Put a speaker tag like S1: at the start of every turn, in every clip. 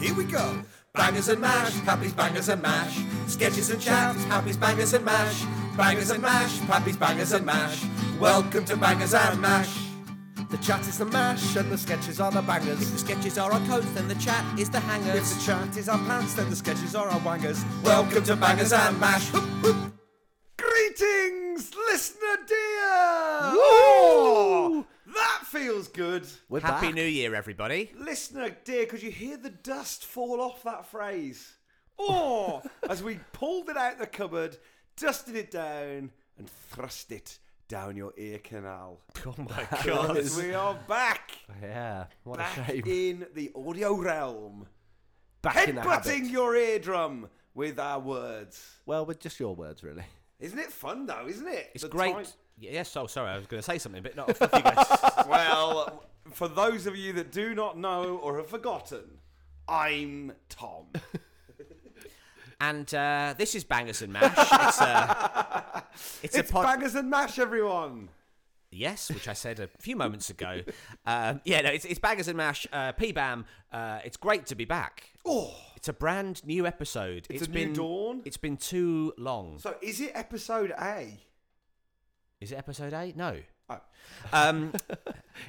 S1: Here we go. Bangers and mash, Pappy's bangers and mash. Sketches and chats, Pappy's bangers and mash. Bangers and mash, Pappy's bangers and mash. Welcome to Bangers and Mash.
S2: The chat is the mash and the sketches are the
S3: If
S2: bangers.
S3: the sketches are our coats, then the chat is the
S2: If
S3: hangers.
S2: the chat is our pants, then the sketches are our wangers.
S1: Welcome to Bangers and Mash. Hoop, hoop.
S2: Greetings, listener dear! Oh,
S3: Woo!
S2: That feels good.
S3: We're Happy New Year, everybody.
S2: Listener dear, could you hear the dust fall off that phrase? Oh, as we pulled it out the cupboard, dusted it down, and thrust it down your ear canal.
S3: Oh my god.
S2: Because we are back,
S4: Yeah, what a
S2: back
S4: shame.
S2: in the audio realm,
S4: Back in the habit.
S2: headbutting your eardrum with our words.
S4: Well, with just your words, really.
S2: Isn't it fun though? Isn't it?
S3: It's
S2: The
S3: great.
S2: time-
S3: Yes, oh, sorry, I was going to say something, but not off you guys.
S2: well, for those of you that do not know or have forgotten, I'm Tom.
S3: And uh, this is Bangers and Mash. It's, uh, it's,
S2: It's
S3: a pod.
S2: bangers and mash, everyone.
S3: yes, which I said a few moments ago. Um, yeah, no, it's, it's Bangers and Mash, uh, PBAM. Uh, it's great to be back.
S2: Oh,
S3: It's a brand new episode.
S2: It's a new
S3: been
S2: dawn.
S3: It's been too long.
S2: so is it episode A?
S3: Is it episode eight? No.
S2: Oh.
S3: Um,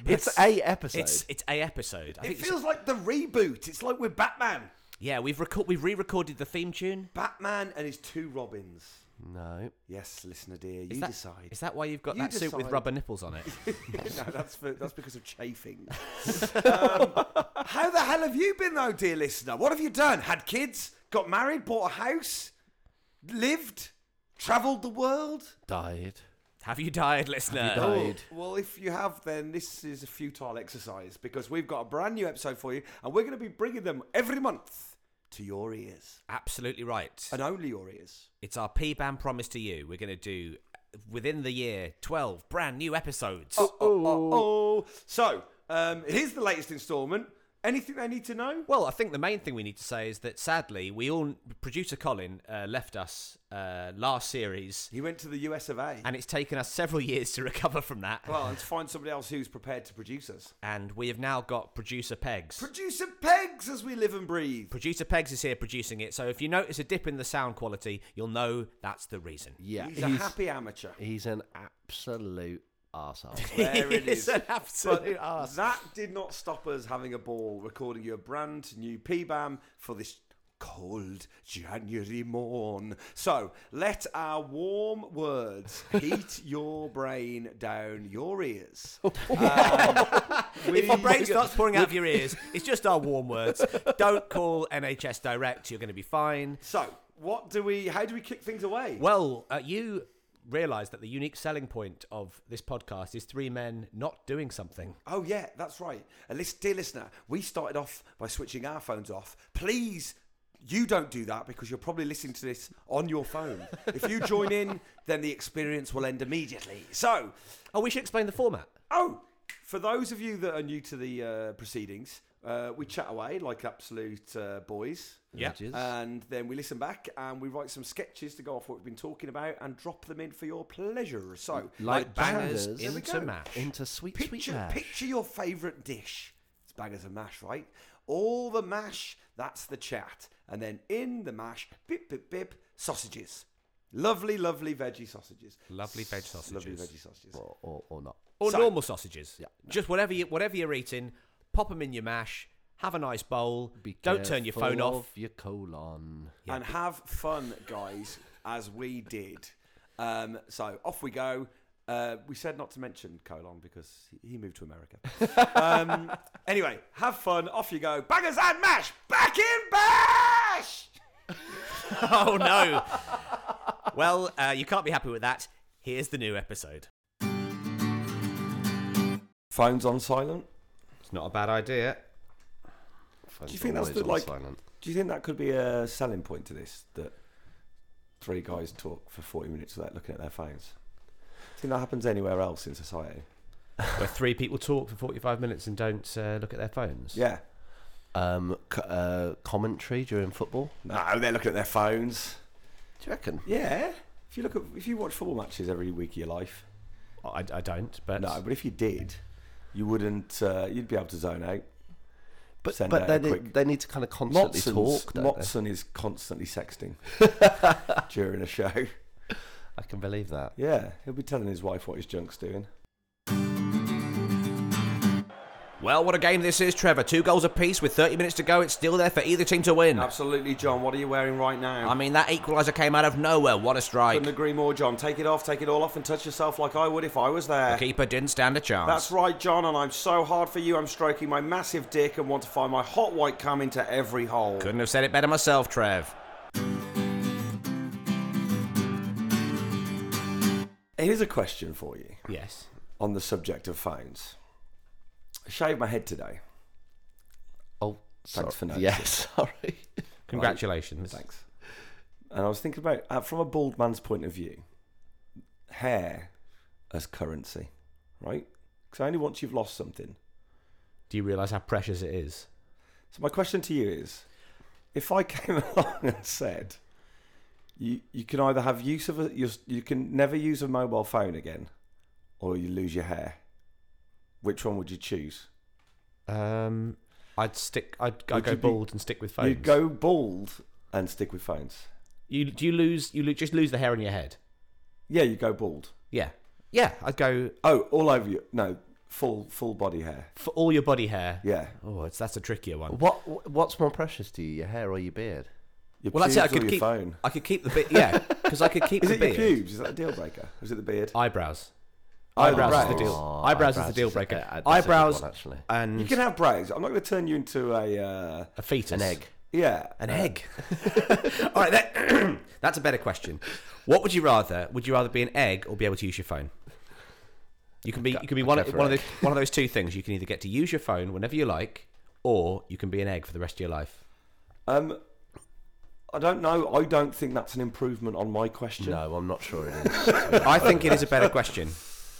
S4: It's
S3: but
S4: a episode.
S3: It's it's a episode. I
S2: It
S3: think it's-
S2: feels like the reboot. It's like we're Batman.
S3: yeah, we've record we've re-recorded the theme tune.
S2: Batman and his two Robins.
S4: no.
S2: Yes, listener dear,
S3: Is
S2: you
S3: that-
S2: decide.
S3: Is that why you've got
S2: You
S3: that suit with
S2: decide.
S3: rubber nipples on it?
S2: no, that's for, that's because of chafing. um, how the hell have you been though, dear listener? What have you done? Had kids? Got married? Bought a house? Lived? Travelled the world?
S4: Died.
S3: Have you died, listener?
S4: you died? Indeed.
S2: Well, if you have, then this is a futile exercise because we've got a brand new episode for you, and we're going to be bringing them every month to your ears
S3: Absolutely right.
S2: and only your ears.
S3: It's our PBAM promise to you. We're going to do uh, within the year 12 brand new episodes.
S2: Oh, oh, oh, oh. So um, here's the latest instalment. Anything they need to know?
S3: Well, I think the main thing we need to say is that sadly, we all producer Colin uh, left us uh, last series,
S2: He went to the US of A.
S3: and it's taken us several years to recover from that.
S2: Well, and to find somebody else who's prepared to produce us.
S3: and we have now got producer Pegs.
S2: Producer Pegs as we live and breathe.
S3: Producer Pegs is here producing it, so if you notice a dip in the sound quality, you'll know that's the reason.
S4: Yeah,
S2: he's, a happy amateur.
S4: he's an absolute arsehole.
S2: There it uh,
S3: It's
S2: is.
S3: an
S2: But
S3: absolute arse.
S2: that did not stop us having a ball recording you a brand new PBAM for this cold January morn. So let our warm words heat your brain down your ears. Um,
S3: If your
S2: we-
S3: brain starts pouring out of your ears, it's just our warm words. Don't call NHS Direct. You're going to be fine.
S2: So, what do we? How do we kick things away?
S3: Well, uh, you realise that the unique selling point of this podcast is three men not doing something.
S2: Oh yeah, that's right. And listen, dear listener, we started off by switching our phones off. Please, you don't do that because you're probably listening to this on your phone. if you join in, then the experience will end immediately. So,
S3: Oh, we should explain the format.
S2: oh, for those of you that are new to the uh, proceedings, uh, we chat away like absolute uh, boys.
S3: Yeah.
S4: Ages.
S2: And then we listen back and we write some sketches to go off what we've been talking about and drop them in for your pleasure. So,
S3: Like bangers
S4: bangers
S2: There we
S3: into
S2: go.
S3: mash.
S4: into sweet, sweet
S2: Picture,
S4: mash.
S2: picture your favourite dish. It's bangers and mash, right? All the mash, that's the chat. And then in the mash, bip, bip, bip, sausages. Lovely, lovely veggie sausages.
S3: Lovely veg
S2: Lovely
S3: sausages.
S2: veggie sausages.
S4: Or, or, or not.
S3: Or
S2: So-
S3: normal sausages. Just whatever you whatever you're eating, pop them in your mash. Have a nice bowl.
S4: Be
S3: Don't turn your phone
S4: careful
S3: off.
S4: of Your colon.
S2: and have fun, guys, as we did. Um, so off we go. Uh, we said not to mention colon because he- he moved to America. um, anyway, have fun. Off you go. Bangers and mash. Back in bash.
S3: Oh no. well, uh, you can't be happy with that. Here's the new episode.
S2: Phones on silent.
S3: It's not a bad idea.
S4: Phone's
S2: you think that's
S4: always
S2: the,
S4: on
S2: like-
S4: silent.
S2: Do you think that could be a selling point to this? That three guys talk for 40 minutes without looking at their phones? Do you think that happens anywhere else in society?
S3: Where three people talk for 45 minutes and don't uh, look at their phones.
S2: Yeah.
S4: Um, c- uh, commentary during football.
S2: No, they're looking at their phones.
S4: Do you reckon?
S2: Yeah. If you look at if you watch football matches every week of your life,
S3: I, I don't, but
S2: no, but if you did, you wouldn't. Uh, you'd be able to zone out.
S4: But
S2: send
S4: but
S2: out
S4: they,
S2: a
S4: need,
S2: quick-
S4: they need to kind of constantly
S2: Motson's,
S4: talk. Don't they?
S2: Motson is constantly sexting during a show.
S4: I can believe that.
S2: Yeah, he'll be telling his wife what his junk's doing.
S3: Well, what a game this is, Trevor. Two goals apiece with 30 minutes to go. It's still there for either team to win.
S2: Absolutely, John. What are you wearing right now?
S3: I mean, that equaliser came out of nowhere. What a strike.
S2: couldn't agree more, John. Take it off, take it all off, and touch yourself like I would if I was
S3: The
S2: there.
S3: keeper didn't stand a chance.
S2: That's right, John, and I'm so hard for you. I'm stroking my massive dick and want to find my hot white cum into every hole.
S3: Couldn't have said it better myself, Trev.
S2: Here's a question for you
S3: Yes.
S2: on the subject of phones. I shaved my head today.
S4: Oh,
S2: Thanks
S4: sorry.
S2: for noticing.
S4: Yeah, sorry.
S3: Congratulations.
S2: Thanks. And I was thinking about, uh, from a bald man's point of view, hair as currency, right? Because only once you've lost something.
S3: Do you realise how precious it is?
S2: So my question to you is, if I came along and said, you you can either have use of a you, you can never use a mobile phone again, or you lose your hair. Which one would you choose?
S3: Um, I'd stick. I'd, I'd
S2: Would
S3: go
S2: you be-
S3: bald and stick with phones.
S2: You'd go bald and stick with phones.
S3: You do you lose? You lo- just lose the hair on your head.
S2: Yeah, you go bald.
S3: Yeah. Yeah. I'd go
S2: Oh, all over you. No, full full body hair.
S3: for all your body hair.
S2: Yeah.
S3: Oh, it's that's a trickier one.
S4: What what's more precious to you, your hair or your beard?
S2: Your
S3: Well, that's it. I
S2: pubes
S3: could
S2: or your
S3: keep.
S2: phone.
S3: I could keep the bit. Yeah, because I could keep
S2: Is
S3: the
S2: it your
S3: beard.
S2: pubes? Is that a deal breaker? Or is it the beard?
S3: Eyebrows.
S2: Oh, the
S3: Eyebrows is the
S2: brows.
S3: deal.
S4: Oh,
S3: eyebrows, is the
S4: eyebrows
S3: deal
S4: is a-
S3: breaker.
S4: uh, that's a good
S3: eyebrows
S4: one, actually.
S2: You
S3: and
S2: can have brows. I'm not going to turn you into a uh,
S3: a fetus.
S4: An egg.
S2: yeah
S3: An egg. All right, that, that's a better question. What would you rather? Would you rather be an egg or be able to use your phone? You can be. You can be one,
S4: go
S3: of
S4: for
S3: one of
S4: egg.
S3: the, one of those two things. You can either get to use your phone whenever you like, or you can be an egg for the rest of your life.
S2: Um, I don't know. I don't think that's an improvement on my question.
S4: No, I'm not sure it is.
S3: I think it is a better question.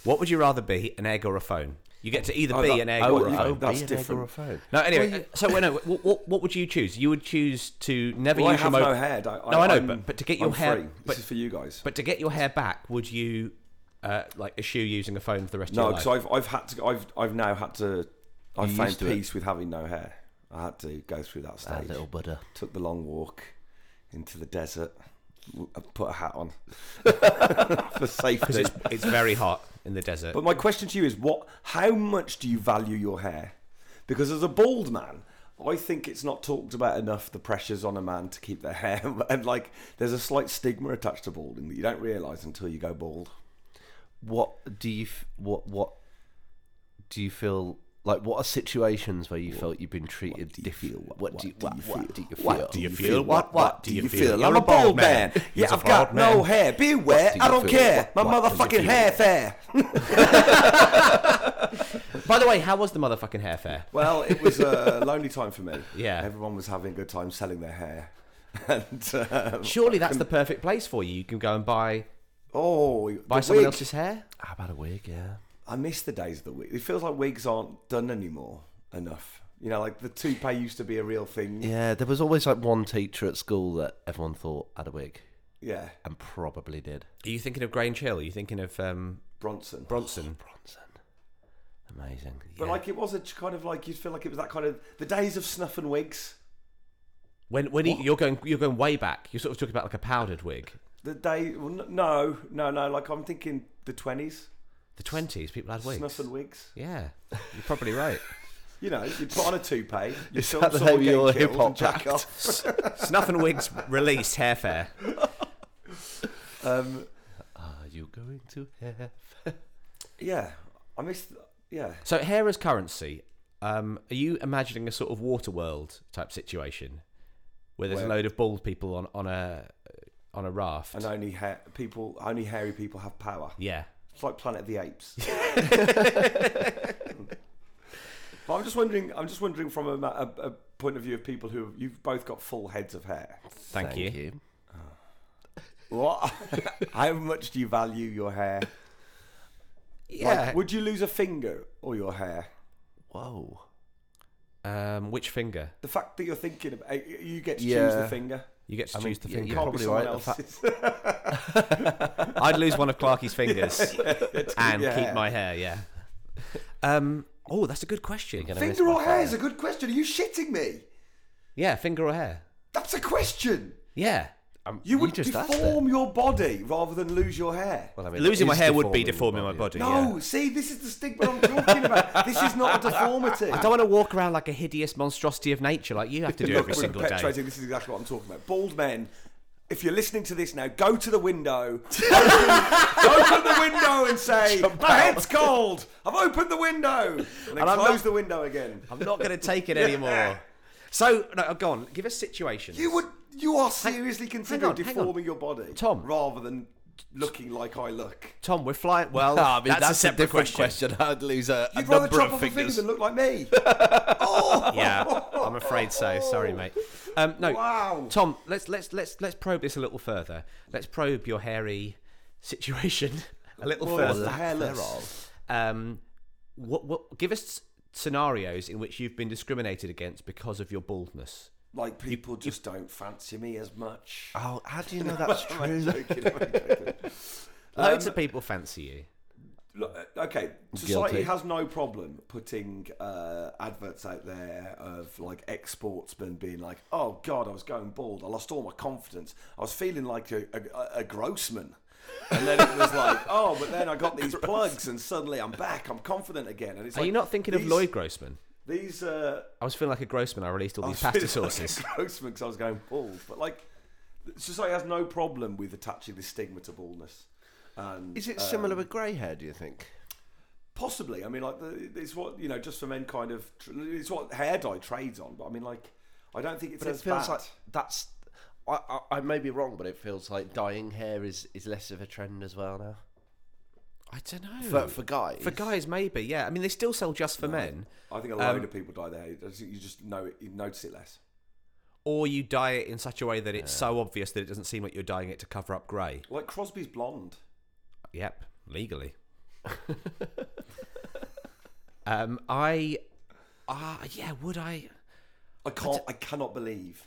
S3: What would you rather be, an egg or a phone? You get to either
S2: Oh,
S3: be
S2: that-
S3: an egg
S2: oh,
S3: or a
S2: you-
S3: phone.
S2: That's
S4: Be an egg
S2: different.
S4: or a phone.
S3: No, anyway. so, wait, no, what, what, what would you choose? You would choose to never
S2: Well, I
S3: use your
S2: have
S3: mo-
S2: no hair. I,
S3: No, I know,
S2: I'm-
S3: but- but to get your
S2: I'm
S3: hair-
S2: free.
S3: but-
S2: this is for you guys.
S3: But to get your hair back, would you uh, like eschew using a phone for the rest
S2: no,
S3: of your
S2: because
S3: life?
S2: I've I've had to. I've I've now had to. I
S4: You
S2: found
S4: used to it.
S2: peace with having no hair. I had to go through that
S4: That
S2: stage.
S4: Ah, little Buddha.
S2: Took the long walk into the desert. w- I Put a hat on for
S3: Because
S2: safety.
S3: it's, it's very hot in the desert.
S2: But my question to you is, what? How much do you value your hair? Because as a bald man, I think it's not talked about enough. The pressures on a man to keep their hair, and like, there's a slight stigma attached to balding that you don't realise until you go bald.
S4: What do you f- what what do you feel like? What are situations where you felt you've been treated differently? What do you what what do you feel?
S2: What do you feel? What? What do you feel?
S4: You're
S2: I'm a bald man.
S4: He's
S2: Yeah,
S4: a
S2: I've got
S4: bald man.
S2: no hair. Beware!
S4: do you
S2: I don't
S4: feel?
S2: care. My
S4: What- what do
S2: motherfucking
S4: you feel?
S2: hair fair.
S3: By the way, how was the motherfucking hair fair?
S2: Well, it was a lonely time for me.
S3: Yeah.
S2: everyone was having a good time selling their hair, and um,
S3: Surely that's the perfect place for you. You can go and buy
S2: oh,
S3: buy
S2: the
S3: someone
S2: wig.
S3: else's hair.
S4: How about a wig? Yeah.
S2: I miss the days of the wig. It feels like wigs aren't done anymore enough. You know, like the toupee used to be a real thing. Yeah.
S4: Yeah, there was always like one teacher at school that everyone thought had a wig and probably did.
S3: Are you thinking of Grange Hill? Are you thinking of um,
S2: Bronson.
S3: Bronson?
S4: Bronson. Amazing.
S2: But like it was a ch- kind of like you'd feel like it was that kind of the days of snuff and wigs.
S3: When when you, you're going you're going way back. You're sort of talking about like a powdered wig.
S2: The day well, n- no, no, no, like I'm thinking the 20s,
S3: The twenties, people had wigs.
S2: snuff and wigs.
S3: Yeah, you're probably right.
S2: You know, you'd put on a toupee, you'd
S4: Is
S2: film
S4: that the
S2: someone
S4: name of
S2: getting killed
S4: your hip-hop
S2: and jack
S4: act?
S2: off.
S3: Snuff and Wigs released hair fair.
S2: Um,
S4: Are you going to have
S2: yeah, I miss yeah.
S3: So hair as currency. Um, are you imagining a sort of water world type situation where there's
S2: Where-
S3: a load of bald people on, on a on a raft?
S2: And only hair people, only hairy people have power.
S3: Yeah.
S2: It's like Planet of the Apes. but I'm just wondering. I'm just wondering from a, ma- a, a point of view of people who you've both got full heads of hair.
S3: Thank, you.
S2: What? How much do you value your hair?
S3: Yeah.
S2: Like, would you lose a finger or your hair?
S4: Whoa.
S3: um, which finger?
S2: The fact that you're thinking about you get to choose
S4: Yeah.
S2: the finger.
S3: You get to
S4: I mean,
S3: choose the
S4: yeah,
S3: finger.
S2: Can't
S4: You're probably
S2: be someone
S4: right, the fa-
S2: else's.
S3: I'd lose one of Clarky's fingers and
S2: yeah.
S3: keep my hair. Yeah. Um, Oh, that's a good question.
S4: gonna-
S2: Finger or hair is a good question. Are you shitting me?
S3: Yeah, finger or hair?
S2: That's a question.
S3: Yeah.
S4: Um,
S2: You would
S4: just asked
S2: deform your body rather than lose your hair.
S4: Well, I mean,
S3: Losing
S4: it
S3: my
S4: is
S3: hair would be
S4: deforming
S3: deforming
S4: the
S3: my body.
S2: no,
S3: yeah.
S2: see, this is the stigma I'm talking about. This is not a deformity.
S3: I don't want to walk around like a hideous monstrosity of nature like you have to do
S2: Look,
S3: every
S2: we're
S3: single day.
S2: perpetuating- This is exactly what I'm talking about. Bald men. If you're listening to this now, go to the window, open, open the window, and say, "My head's cold. I've opened the window," and then
S3: I'm
S2: close
S3: not-
S2: the window again.
S3: I'm not going to take it anymore. So, no, oh, go on. Give us situations.
S2: You would. You are seriously considering
S3: on, hang on.
S2: deforming your body,
S3: Tom.
S2: rather than looking like I look.
S3: Tom, we're flying. Well,
S4: Ah, I mean,
S3: that's,
S4: that's,
S3: a separate
S4: different question. I'd lose a, a
S2: You'd rather
S4: number
S2: chop
S4: of
S2: off a finger
S4: fingers.
S2: than look like me.
S3: yeah, I'm afraid so. Sorry, mate. Um, no,
S2: Wow.
S3: Tom, let's let's let's let's probe this a little further. Let's probe your hairy situation a little
S2: Well,
S3: further.
S2: the hair thereof.
S3: Um, what what? Give us scenarios in which you've been discriminated against because of your baldness.
S2: Like people just don't fancy me as much.
S4: Oh, how do you know that's
S2: I'm
S4: true?
S2: joking, I'm joking.
S3: Loads of people fancy you.
S2: Look, uh, okay, society
S4: Guilty.
S2: has no problem putting uh, adverts out there of like ex sportsmen being like, "Oh God, I was going bald. I lost all my confidence. I was feeling like a, a, a grossman." And then it was like, "Oh, but then I got these plugs, and suddenly I'm back. I'm confident again." And it's
S3: Are
S2: like,
S3: you not thinking
S2: these,
S3: of Lloyd Grossman?
S2: These uh,
S3: I was feeling like a Grossman. I released all these
S2: I was
S3: pasta
S2: feeling like
S3: sauces.
S2: a grossman 'cause I was going bald, but like society has no problem with attaching this stigma to baldness. And
S4: Is it similar with grey hair? Do you think?
S2: Possibly. I mean, like, the, it's what, you know, just for men kind of, tr- it's what hair dye trades on. But I mean, like, I don't think it's
S4: But it
S2: as
S4: feels
S2: bad.
S4: like that's. I, I, I may be wrong, but it feels like dyeing hair is, is less of a trend as well now.
S3: I don't know.
S4: For, Hmm. for guys.
S3: For guys, maybe, yeah. I mean, they still sell just for men,
S2: I think a
S4: um,
S2: load of people dye their hair. I just- You just know it, you notice it less.
S3: or you dye it in such a way that it's so obvious that it doesn't seem like you're dyeing it to cover up grey.
S2: Like, Crosby's blonde.
S3: Yep, legally. um, I, ah, yeah, would I?
S2: I can't, I cannot believe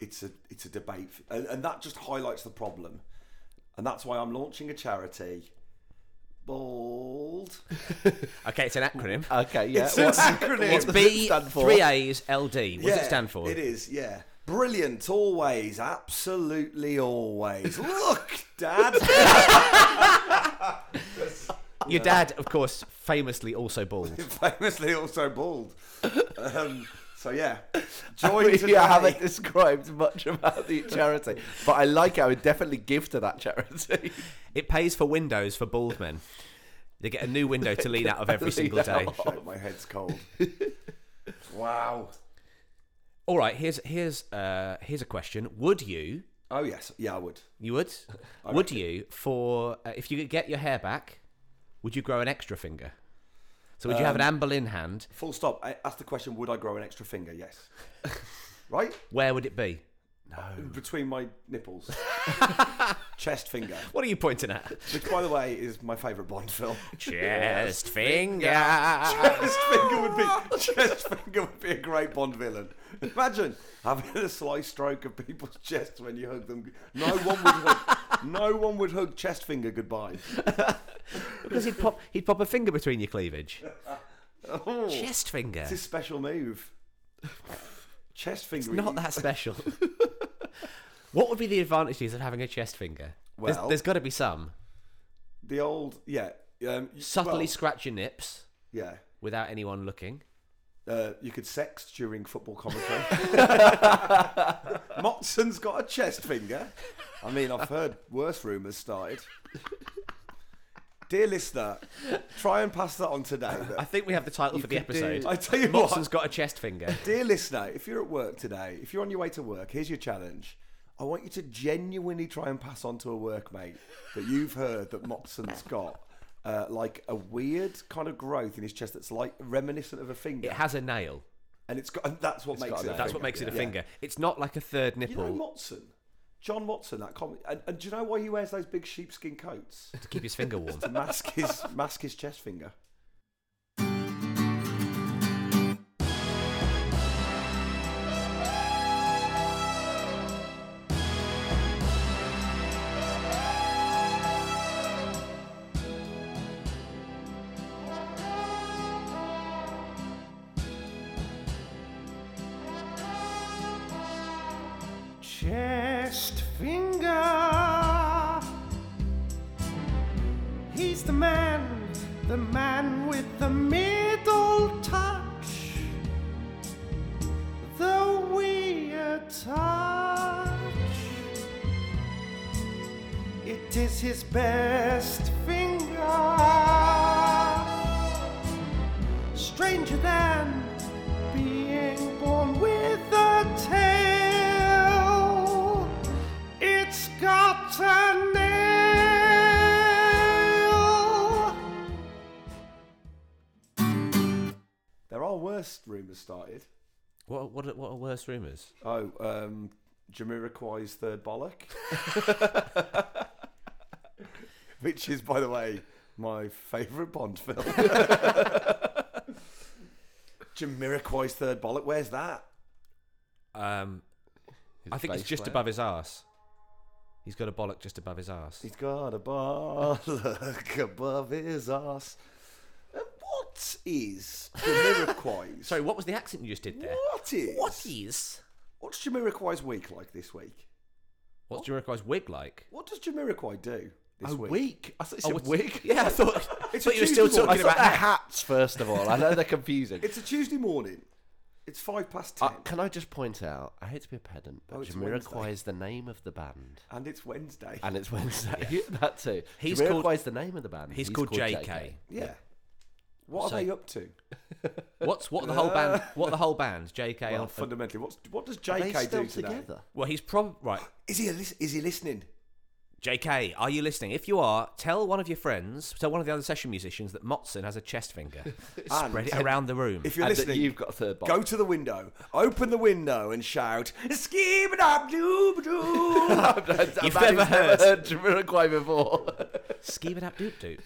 S2: it's a, it's a debate. And, and that just highlights the problem. And that's why I'm launching a charity. Bald.
S3: Okay, it's an acronym.
S4: Okay, yeah.
S2: It's an
S4: what-
S2: acronym.
S4: what
S3: Uh, It's
S4: does
S3: B
S4: it stand for?
S3: three A's L D. What does it stand for?
S2: It is, yeah. Brilliant, always, absolutely always. Look, Dad.
S3: Your dad, of course, famously also bald.
S2: famously also bald. Um, so yeah,
S4: I
S2: join
S4: mean,
S2: today.
S4: you haven't described much about the charity, but I like it. I would definitely give to that charity.
S3: It pays for windows for bald men. They get a new window to lean out of every single
S4: Lean
S3: day.
S4: out.
S2: Shit, my head's cold. wow.
S3: All right, here's here's uh, here's a question. Would you
S2: Oh yes, yeah, I would.
S3: You would? would you for uh, if you could get your hair back? Would you grow an extra finger? So would you have an Anne Boleyn hand?
S2: Full stop. I asked the question: Would I grow an extra finger? Yes. right
S3: Where would it be?
S2: between my nipples, chest finger,
S3: What are you pointing at?
S2: which, by the way, is my favourite Bond film.
S3: Chest finger.
S2: Chest finger would be chest finger would be a great Bond villain. Imagine having a sly stroke of people's chests when you hug them. No one would hug. No one would hug chest finger goodbye.
S3: Because he'd pop he'd pop a finger between your cleavage. Chest finger.
S2: It's a special move. Chest finger.
S3: Not that special. what would be the advantages of having a chest finger? There's-
S2: Well-
S3: there's got to be some.
S2: The old yeah. Um, you-
S3: Subtly
S2: well,
S3: scratch your nips
S2: yeah.
S3: without anyone looking.
S2: Uh, you could sex during football commentary. Motson's got a chest finger. I mean, I've heard worse rumours started. Dear listener, try and pass that on today. but-
S3: I think we have the title for the
S4: could do-
S3: episode.
S2: I tell you what,
S3: Watson's got a chest finger.
S2: dear listener, if you're at work today, if you're on your way to work, here's your challenge. I want you to genuinely try and pass on to a workmate that you've heard that Motson's got uh, like a weird kind of growth in his chest that's like reminiscent of a finger,
S3: It has a nail.
S2: and it's got and that's what makes
S4: got
S2: it.
S4: a
S2: a
S3: That's
S2: finger.
S3: what makes it a
S2: Yeah.
S3: finger. It's not like a third
S2: You
S3: nipple
S2: know Motson, John Motson, that comic, and, and do you know why he wears those big sheepskin coats
S3: to keep his finger warm.
S2: to mask his mask his chest finger?
S5: chest finger. He's the man, the man with the middle touch, the weird touch. It is his best finger stranger than being born with a tail. It's got a nail.
S2: There are worse rumours started.
S3: What what are- what are worse rumours?
S2: Oh, um, Jamiroquai's third bollock. Which is, by the way, my favourite Bond film. Jamiroquai's third bollock. Where's that?
S3: Um, I think it's
S4: bass
S3: just
S4: player.
S3: above his ass. He's got a bollock just above his ass.
S2: He's got a bollock above his ass. And what is Jamiroquai's?
S3: Sorry, what was the accent you just did there?
S2: what is?
S3: What is?
S2: What's Jamiroquai's week like this week?
S3: What's Jamiroquai's wig like?
S2: What does Jamiroquai do this
S4: A
S2: week?
S4: week? I thought you said
S3: what's-
S4: wig.
S3: Yeah, I thought, I
S2: It's
S3: thought
S2: a
S3: you were still
S2: Tuesday morning.
S3: talking
S4: I thought
S3: about
S4: they're
S3: that.
S4: hats, first of all. I know they're confusing.
S2: It's a Tuesday morning. It's five past ten.
S4: Uh, can I just point out? I hate to be a pedant, but
S2: Oh, it's Wednesday.
S4: Jamiroquai is the name of the band,
S2: and it's Wednesday.
S4: and it's Wednesday. that too.
S3: He's
S4: Jamiroquai
S3: called-
S4: is the name of the band.
S3: He's, called, JK.
S2: yeah. What
S3: So-
S2: are they up to?
S3: What's what the whole band? What the whole band? JK.
S2: Well,
S3: and-
S2: fundamentally, what's, what does
S4: uh, Are they
S2: JK
S4: still
S2: do today?
S4: together?
S3: well, he's probably right.
S2: Is he a lis- is he listening?
S3: JK, are you listening? If you are, tell one of your friends, tell one of the other session musicians that Motson has a chest finger. Spread it around the room.
S2: If you're
S4: And that
S2: listening,
S4: you've got a third
S2: go
S4: box.
S2: to the window, open the window, and shout "Skip up, doob doob."
S3: You've
S4: You've
S3: never
S4: never
S3: heard-
S4: heard. Jamiroquai before.
S3: Skeeve it up, doop doop.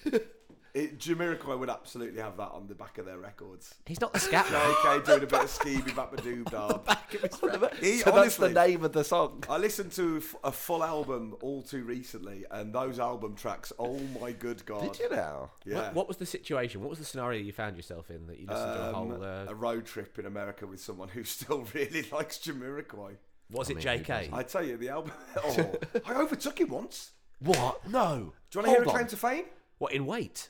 S2: It- Jamiroquai would absolutely have that on the back of their records.
S3: He's not the scat man.
S2: JK doing a bit of skibby bap a doob dab. He-
S4: so that's the
S2: honestly-
S4: name of the song.
S2: I listened to f- a full album all too recently, and those album tracks, oh my good god!
S4: Did you know?
S2: Yeah.
S3: What, what was the situation? What was the scenario you found yourself in that you listened to a
S2: Um,
S3: whole? Uh,
S2: a road trip in America with someone who still really likes Jamiroquai.
S3: was it JK?
S2: I tell you, the album. Oh, I overtook him once.
S4: What? No.
S2: Do you want to hear a
S4: Hold
S2: claim
S4: on.
S2: to fame?
S3: what in weight?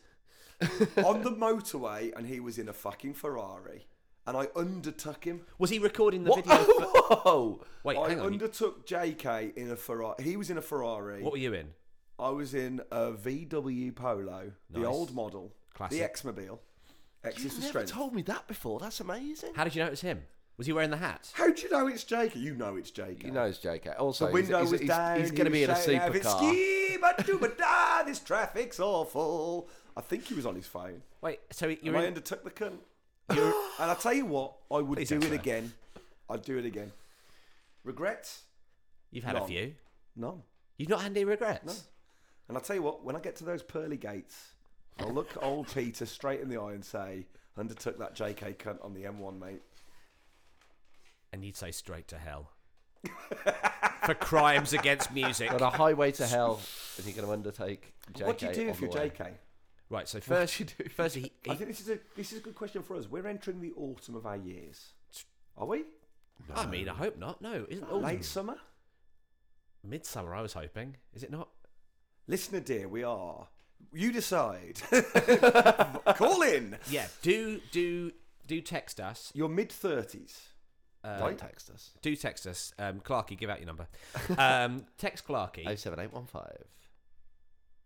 S2: on the motorway, and he was in a fucking Ferrari, and I undertook him.
S3: Was he recording the
S4: What?
S3: video? For,
S4: Whoa.
S3: wait,
S2: I
S3: hang on.
S2: undertook JK in a Ferrari. He was in a Ferrari.
S3: What were you in?
S2: I was in a VW Polo, the
S3: Nice.
S2: old model,
S3: Classic.
S2: the X-mobile. X is
S4: You've
S2: for
S4: never
S2: strength.
S4: told me that before. That's amazing.
S3: How did you know it was him? Was he wearing the hat?
S2: How do you know it's JK? You know it's JK.
S4: He knows JK. Also,
S2: The
S4: he's-
S2: window
S4: he's,
S2: was
S4: he's,
S2: down.
S4: He's going to be in a supercar.
S2: supercar. this traffic's awful. I think he was on his phone.
S3: Wait, so you're
S2: And I
S3: in,
S2: undertook the cunt. and I tell you what, I would
S3: Please
S2: do
S3: don't
S2: it
S3: swear.
S2: again. I'd do it again. Regrets?
S3: you've had a
S2: None.
S3: few.
S2: None.
S3: You've not had any regrets.
S2: And I tell you what, when I get to those pearly gates, I'll look old Peter straight in the eye and say, "Undertook that JK cunt on the M1, mate."
S3: And you'd say straight to hell for crimes against music.
S4: On a highway to hell, and you're going to undertake JK.
S2: what do you do
S4: on
S2: if
S4: the
S2: you're
S4: way.
S2: JK?
S3: Right. So first, firstly, he, he,
S2: I think this is a this is a good question for us. We're entering the autumn of our years, are we?
S3: I mean, I hope not. No, isn't oh,
S2: Late summer.
S3: midsummer? I was hoping. Is it not?
S2: Listener dear, we are. You decide. Call in.
S3: Yeah. Do do do text us.
S2: Your mid thirties.
S3: Uh,
S4: Don't text us.
S3: Do text us, um, Clarky. Give out your number. Um, text Clarky.
S4: 07815.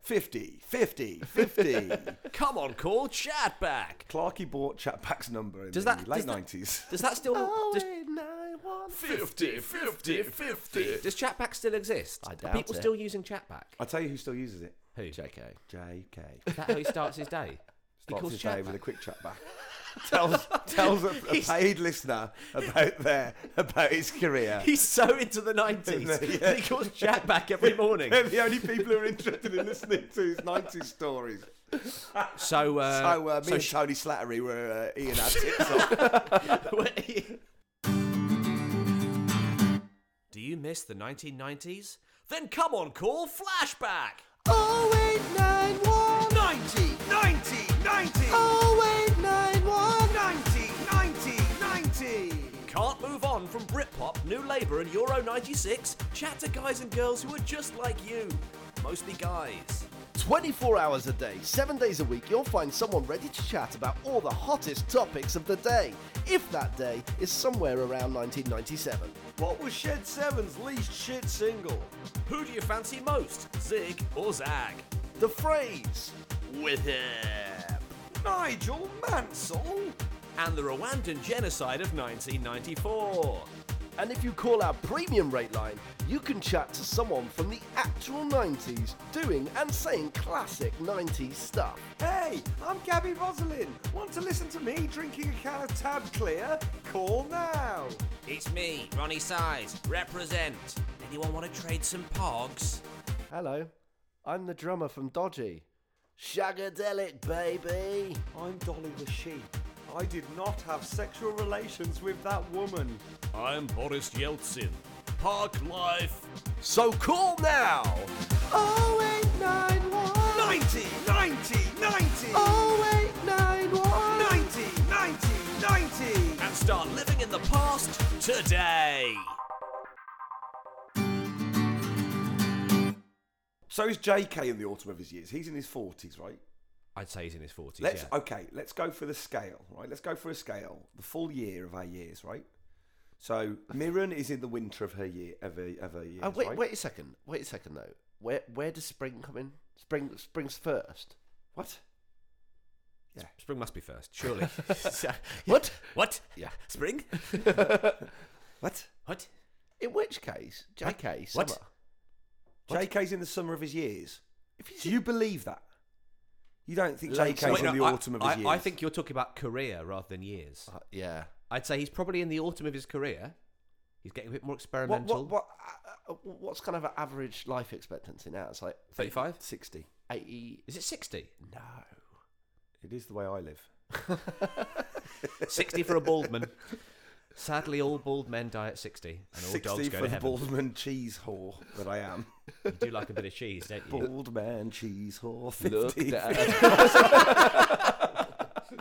S2: 50, 50, 50.
S3: Come on, call chat back.
S2: Clarky bought Chatback's number in
S3: Does
S2: the
S3: that-
S2: late
S3: does that-
S2: 90s.
S3: Does that
S4: Oh,
S3: still? does,
S4: 08915.
S3: 50, 50, 50. Does chatback still exist?
S4: I
S3: Are
S4: doubt
S3: people
S4: it.
S3: still using chatback?
S2: I'll tell you who still uses it.
S3: Who? Is
S4: JK.
S2: JK.
S3: that how he starts his day? He
S2: Starts
S3: calls
S2: his day
S3: chatback.
S2: with a quick Chatback. tells tells a, a paid listener about their about his career.
S3: He's so into the 90s. that He calls chatback every morning.
S2: They're the only people who are interested in listening to his 90s stories.
S3: So, uh,
S2: so uh, me and
S3: sh-
S2: Tony Slattery were uh, Ian our tits off.
S3: Do you miss the 1990s? Then come on, call Flashback!
S5: 0891 90 90 90 0891 90 90 90
S3: Can't move on
S6: Come from Britpop, New Labour, and Euro 96, chat to guys and girls who are just like you. Mostly guys.
S4: 24 hours a day, 7 days a week, you'll find someone ready to chat about all the hottest topics of the day, if that day is somewhere around 1997.
S2: What was Shed 7's least shit single?
S6: Who do you fancy most, Zig or Zag?
S4: The phrase, with him.
S2: Nigel Mansell?
S6: And the Rwandan genocide of 1994.
S4: And if you call our premium rate line, you can chat to someone from the actual 90s doing and saying classic 90s stuff.
S2: Hey, I'm Gabby Roslin. Want to listen to me drinking a can of Tab Clear? Call now.
S6: It's me, Ronnie Size, represent. Anyone want to trade some pogs?
S4: Hello, I'm the drummer from Dodgy. Shagadelic, baby!
S2: I'm Dolly the Sheep. I did not have sexual relations with that woman.
S6: I'm Boris Yeltsin. Park life.
S4: So call now! 0891
S2: 90, 90, 90,
S4: 0891
S2: 90, 90, 90.
S6: And start living in the past today.
S2: So is JK in the autumn of his years. He's in his 40s, right?
S3: I'd say he's in his 40s.
S2: Let's
S3: yeah.
S2: okay. Let's go for the scale, right? Let's go for a scale. The full year of our years, right? So Mirren is in the winter of her year, of her, of her years,
S4: Oh, wait,
S2: right?
S4: wait a second. Wait a second, though. Where where does spring come in? Spring spring's first.
S2: What?
S3: Spring must be first, surely.
S4: What?
S6: What?
S4: Yeah.
S6: Spring?
S2: What?
S6: What?
S4: In which case, JK summer.
S3: What?
S2: JK's in the summer of his years.
S4: If
S2: Do you believe that? You don't think JK's
S3: Wait,
S2: in
S3: no,
S2: the
S3: I-
S2: autumn of
S3: I,
S2: his years? Uh-huh.
S3: I think you're talking about career rather than years.
S4: Uh, yeah.
S3: I'd say he's probably in the autumn of his career. He's getting a bit more
S4: What
S3: experimental.
S4: what what? Uh, uh, what's kind of an average life expectancy now? It's like
S3: 35?
S2: uh, sixty.
S4: eighty.
S3: Is it 60?
S4: No.
S2: It is the way I live.
S3: 60 for a bald man. Sadly, all bald men die at 60, and all dogs
S2: Sixty
S3: go
S2: for
S3: to
S2: the
S3: heaven.
S2: Baldman cheese whore that I am.
S3: You do like a bit of cheese, don't you?
S2: Bald man cheese whore.
S7: Look
S2: 50.
S7: down.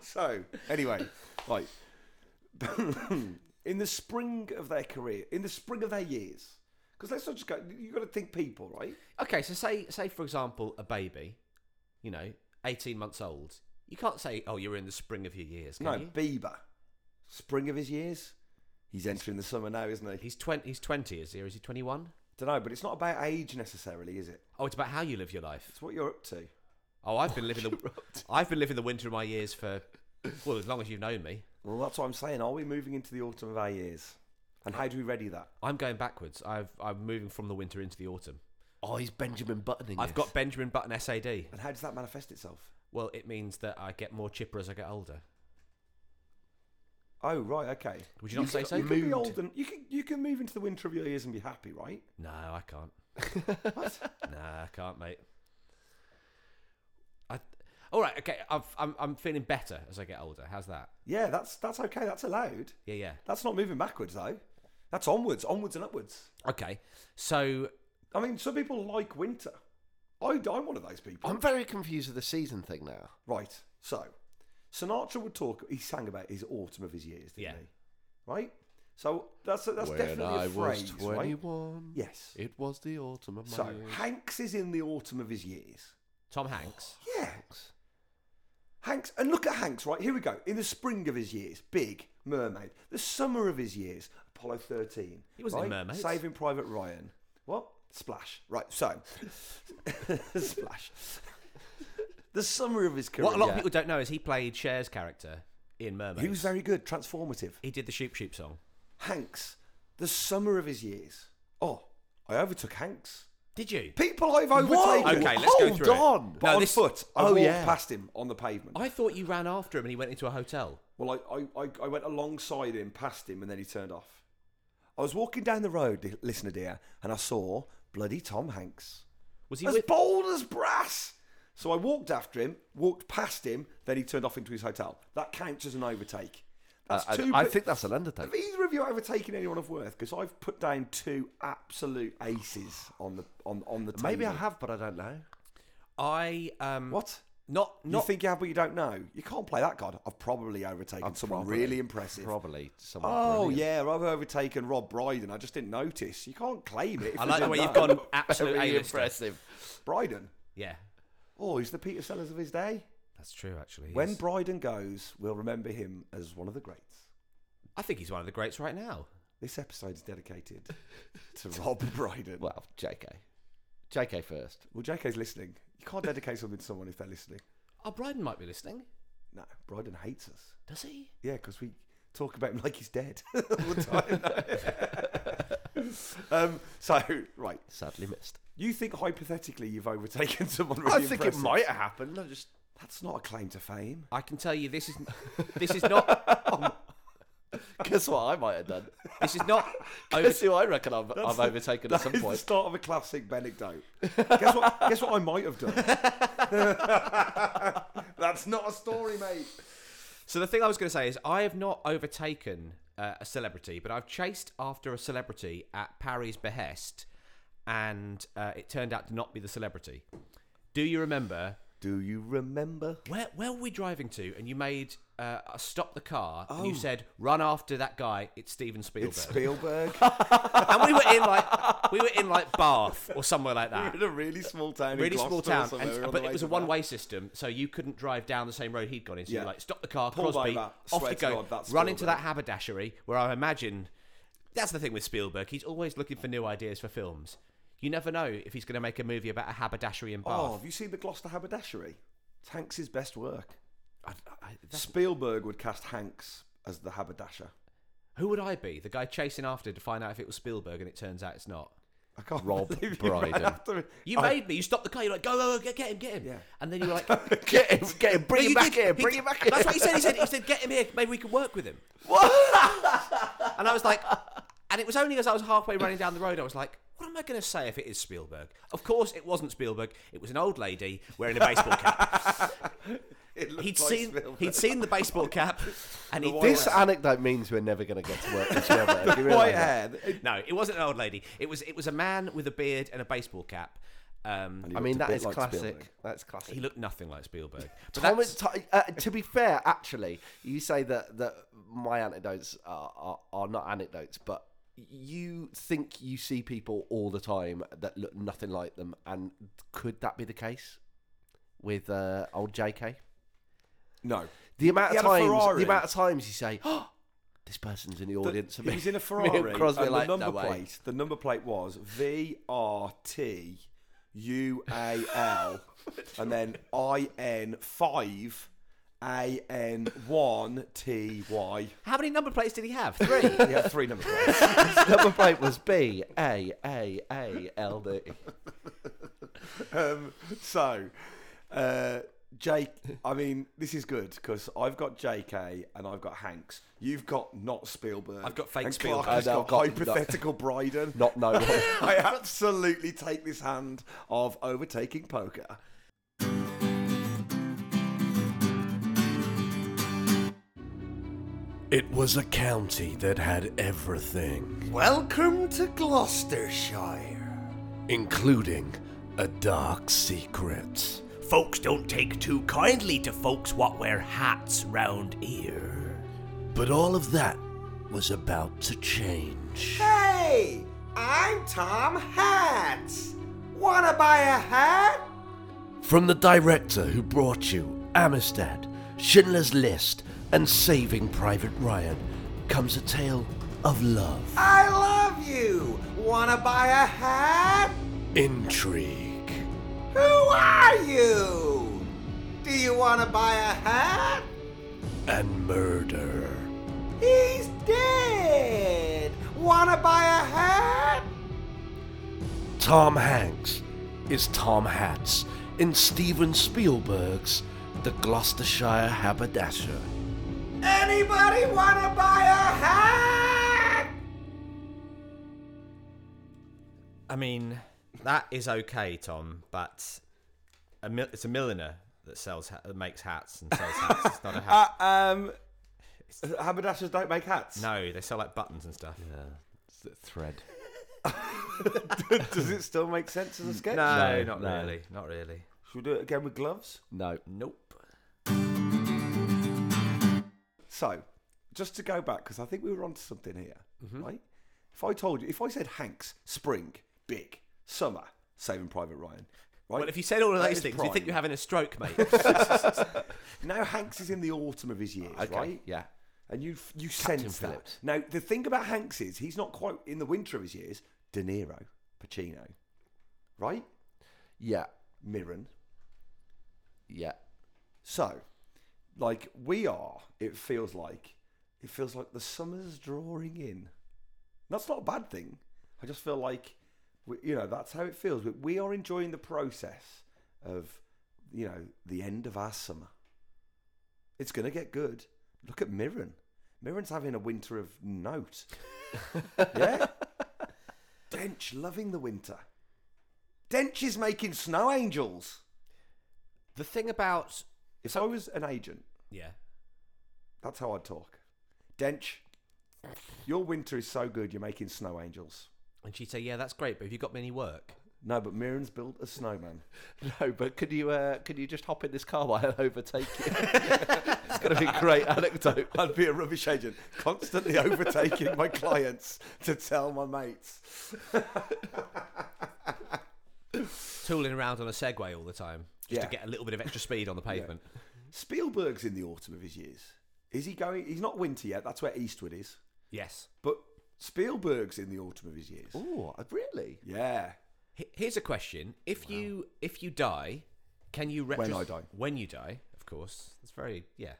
S2: So, anyway, right. in the spring of their career, in the spring of their years, because let's not just go, you've got to think people, right?
S3: Okay, so say, say for example, a baby, you know, 18 months old. You can't say, oh, you're in the spring of your years, can
S2: no,
S3: you?
S2: Bieber. Spring of his years. He's entering the summer now, isn't he?
S3: He's 20, he's 20, is he? Or is he 21?
S2: Don't know, but it's not about age necessarily, is it?
S3: Oh, it's about how you live your life.
S2: It's what you're up to.
S3: Oh, I've been living the I've been living the winter of my years for well as long as you've known me.
S2: Well, that's what I'm saying. Are we moving into the autumn of our years? And how do we ready that?
S3: I'm going backwards. I've I'm moving from the winter into the autumn.
S4: Oh, he's Benjamin Buttoning.
S3: I've got Benjamin Button SAD.
S2: And how does that manifest itself?
S3: Well, it means that I get more chipper as I get older.
S2: Oh, right, okay.
S3: Would you not say so?
S2: You can be old and you can you can move into the winter of your years and be happy, right?
S3: No, I can't. Nah, I can't, mate. I all right, okay. I've, I'm I'm feeling better as I get older. How's that?
S2: Yeah, that's that's okay. That's allowed.
S3: Yeah, yeah.
S2: That's not moving backwards though. That's onwards, onwards and upwards.
S3: Okay, so
S2: I mean, some people like winter. I, I'm one of those people.
S4: I'm very confused with the season thing now.
S2: Right. So, Sinatra would talk. He sang about his autumn of his years, didn't
S3: Yeah.
S2: he? Right. So that's that's definitely a phrase, right? Yes.
S4: it was the autumn of
S2: So Hanks is in the autumn of his years.
S3: Tom Hanks.
S2: Yeah. Hanks, and look at Hanks, right? Here we go. In the spring of his years, Big Mermaid. The summer of his years, Apollo 13.
S3: He wasn't in
S2: right?
S3: Mermaids.
S2: Saving Private Ryan. What? Splash. Right, so. Splash. The summer of his career.
S3: What a lot of people don't know is he played Cher's character in Mermaid.
S2: He was very good, transformative.
S3: He did the Shoop Shoop song.
S2: Hanks, the summer of his years. Oh, I overtook Hanks.
S3: Did you?
S2: People I've overtaken.
S3: Okay, let's go
S4: Hold
S3: through it.
S4: on.
S2: But
S3: No,
S2: on
S3: this-
S2: foot, I
S4: Oh,
S2: walked
S4: yeah.
S2: past him on the pavement.
S3: I thought you ran after him and he went into a hotel.
S2: Well, I, I, I, I went alongside him, past him, and then he turned off. I was walking down the road, li- listener dear, and I saw bloody Tom Hanks.
S3: Was he
S2: as
S3: with?
S2: bold as brass! So I walked after him, walked past him, then he turned off into his hotel. That counts as an overtake.
S4: Uh,
S2: That's
S7: I-
S2: two.
S7: I
S2: bi-
S7: think that's an
S2: Have
S7: undertaking.
S2: either of you overtaken anyone of worth? Because I've put down two absolute aces on the on on the table.
S4: Maybe I have, but I don't know.
S3: I um.
S2: What? Not, not you think you have what you don't know. You can't play that card. I've probably overtaken someone
S4: probably-
S2: really impressive.
S4: Probably someone.
S2: Oh
S4: brilliant.
S2: yeah, I've overtaken Rob Brydon. I just didn't notice. You can't claim it. if
S3: I
S2: you
S3: like the
S2: don't
S3: way you've
S2: know.
S3: gone absolute
S4: Very
S3: A-lister.
S4: impressive.
S2: Brydon.
S3: Yeah,
S2: Oh, he's the Peter Sellers of his day.
S3: that's true. Actually, he
S2: When
S3: is.
S2: Brydon goes, we'll remember him as one of the greats.
S3: I think he's one of the greats right now.
S2: This episode is dedicated to Rob Brydon. Well,
S4: Well, JK. JK first.
S2: JK's listening. You can't dedicate something to someone if they're listening.
S3: Oh, Bryden might be listening.
S2: No, Brydon hates us.
S3: Does he?
S2: Yeah, because we talk about him like he's dead all the time. um, so, right.
S4: Sadly missed.
S2: You think hypothetically you've overtaken someone really
S4: I think it
S2: impressive.
S4: might have happened. I just
S2: That's not a claim to fame.
S3: I can tell you this is this is not
S4: guess what I might have done.
S3: this is not over,
S4: Guess who I reckon I've, I've
S2: the-
S4: overtaken at
S2: That
S4: some
S2: is the
S4: point.
S2: start of a classic anecdote. guess what? Guess what I might have done. That's not a story, mate.
S3: So the thing I was going to say is I have not overtaken uh, a celebrity, but I've chased after a celebrity at Parry's behest, and uh, it turned out to not be the celebrity. Do you remember
S4: Do you remember?
S3: where where were we driving to? And you made uh, I stopped the car and you said, "Run after that guy! It's Steven Spielberg."
S2: Spielberg
S3: and we were in like we were in like Bath or somewhere like that.
S2: in a really small town.
S3: Really
S2: in
S3: small
S2: Gloucester or
S3: town,
S2: somewhere,
S3: and,
S2: we're on
S3: but
S2: the
S3: it was
S2: to
S3: a
S2: that.
S3: one-way system, so you couldn't drive down the same road he'd gone in. So
S2: Yeah.
S3: you like stop the car,
S2: Pulled
S3: Crosby,
S2: over,
S3: off
S2: swear
S3: you
S2: to
S3: go,
S2: God, that's
S3: run into
S2: Spielberg.
S3: that haberdashery where I imagine that's the thing with Spielberg. He's always looking for new ideas for films. You never know if he's going to make a movie about a haberdashery in
S2: Oh,
S3: Bath.
S2: have you seen the Gloucester Haberdashery? It's Hanks's best work.
S3: I, I, that's-
S2: Spielberg would cast Hanks as the haberdasher.
S3: who would I be? The guy chasing after to find out if it was Spielberg, and it turns out it's not.
S2: I can't
S4: Rob
S2: believe you ran
S4: Brydon.
S2: after me.
S3: You
S2: I-
S3: made me. You stopped the car. You're like, go, go, go, get, get him, get him.
S2: Yeah.
S3: And then you were like, no,
S4: Get him, get him, bring
S3: you
S4: him back
S3: did.
S4: here,
S3: He
S4: bring
S3: did.
S4: him back here.
S3: That's what he said. He said, he said, get him here. Maybe we can work with him. And I was like, and it was only as I was halfway running down the road, I was like, what am I going to say if it is Spielberg? Of course, it wasn't Spielberg. It was an old lady wearing a baseball cap.
S2: It looked
S3: He'd
S2: like
S3: seen
S2: Spielberg.
S3: he'd seen the baseball cap, and he
S8: This anecdote means we're never going to get to work this year. mate. Do you realise
S2: white
S8: that?
S2: hair. It-
S3: no, it wasn't an old lady. It was it was a man with a beard and a baseball cap. Um,
S2: he
S4: I
S2: looked
S4: mean,
S2: a
S4: that
S2: bit
S4: is
S2: like
S4: classic.
S2: Spielberg.
S4: That's classic.
S3: he looked nothing like Spielberg. But
S4: Thomas,
S3: that's-
S4: Ti- uh, to be fair, actually, you say that, that my anecdotes are, are, are not anecdotes, but you think you see people all the time that look nothing like them, and could that be the case with uh, old JK?
S2: No.
S4: The amount
S2: He
S4: of
S2: had a
S4: times,
S2: Ferrari.
S4: the amount of times you say, "Oh, this person's in the audience."
S2: He
S4: of me."
S2: was in a
S4: Me and
S2: Ferrari.
S4: Crosby are
S2: and
S4: like,
S2: the number
S4: "No way."
S2: plate. The number plate was V R T U A L, and then I N five A N one T Y.
S3: how many number plates did he have? Three.
S2: He had three number plates.
S4: His number plate was B A A A L D. E.
S2: Um, so, uh, Jake, I mean, this is good because I've got J.K. and I've got Hanks. You've got not Spielberg.
S3: I've got fake
S2: and
S3: Spielberg.
S2: Clark has
S4: And I've
S2: got,
S4: got not-
S2: hypothetical Bryden.
S4: Not no one.
S2: I absolutely take this hand of overtaking poker.
S9: It was a county that had everything,
S1: Welcome to Gloucestershire.
S9: including a dark secret.
S10: Folks don't take too kindly to folks what wear hats round here.
S9: But all of that was about to change.
S1: Hey, I'm Tom Hats. Wanna buy a hat?
S9: From the director who brought you Amistad, Schindler's List, and Saving Private Ryan comes a tale of love,
S1: I love you. Wanna buy a hat?
S9: intrigue,
S1: Who are you? Do you wanna buy a hat?
S9: and murder.
S1: He's dead. Wanna buy a hat?
S9: Tom Hanks is Tom Hatz in Steven Spielberg's The Gloucestershire Haberdasher.
S1: Anybody wanna buy a hat?
S3: I mean, that is okay, Tom, but a mil- it's a milliner that sells ha- that makes hats and sells hats. It's not a hat.
S2: um, haberdashers don't make hats.
S3: No, they sell like buttons and stuff.
S4: Thread.
S2: Does it still make sense as a sketch?
S3: No,
S4: No,
S3: not
S4: no.
S3: really. Not really.
S2: Should we do it again with gloves?
S4: No.
S3: Nope.
S2: So, just to go back, because I think we were onto something here,
S3: Mm-hmm.
S2: right? If I told you, if I said Hanks, spring, big, summer, Saving Private Ryan, right?
S3: Well, if you said all of
S2: That
S3: those
S2: is
S3: things, you
S2: prime.
S3: think you're having a stroke, mate.
S2: now Hanks is in the autumn of his years, right?
S4: Yeah.
S2: And you you sense
S4: Phillips.
S2: that. Now the thing about Hanks is he's not quite in the winter of his years. De Niro, Pacino, right?
S4: Yeah.
S2: Mirren.
S4: Yeah.
S2: So, like we are, it feels like it feels like the summer's drawing in. That's not a bad thing. I just feel like we, you know that's how it feels. We, we are enjoying the process of you know the end of our summer. It's gonna get good. Look at Mirren. Mirren's having a winter of note. yeah. Dench loving the winter. Dench is making snow angels.
S3: the thing about
S2: If I was an agent,
S3: yeah,
S2: That's how I'd talk. Dench, your winter is so good, you're making snow angels.
S3: and she'd say, yeah, that's great, but have you got me any work?
S2: No, but Mirren's built a snowman.
S4: No, but could you uh, could you just hop in this car while I overtake you? it's gonna be a great anecdote.
S2: I'd be a rubbish agent, constantly overtaking my clients to tell my mates.
S3: Tooling around on a Segway all the time just
S2: Yeah.
S3: to get a little bit of extra speed on the pavement.
S2: Spielberg's in the autumn of his years. Is he going? He's not winter yet. That's where Eastwood is.
S3: Yes.
S2: But Spielberg's in the autumn of his years.
S4: Oh, really?
S2: Yeah.
S3: H- Here's a question: If you if you die, can you retro-
S2: When I die.
S3: When you die, of course. That's very yeah.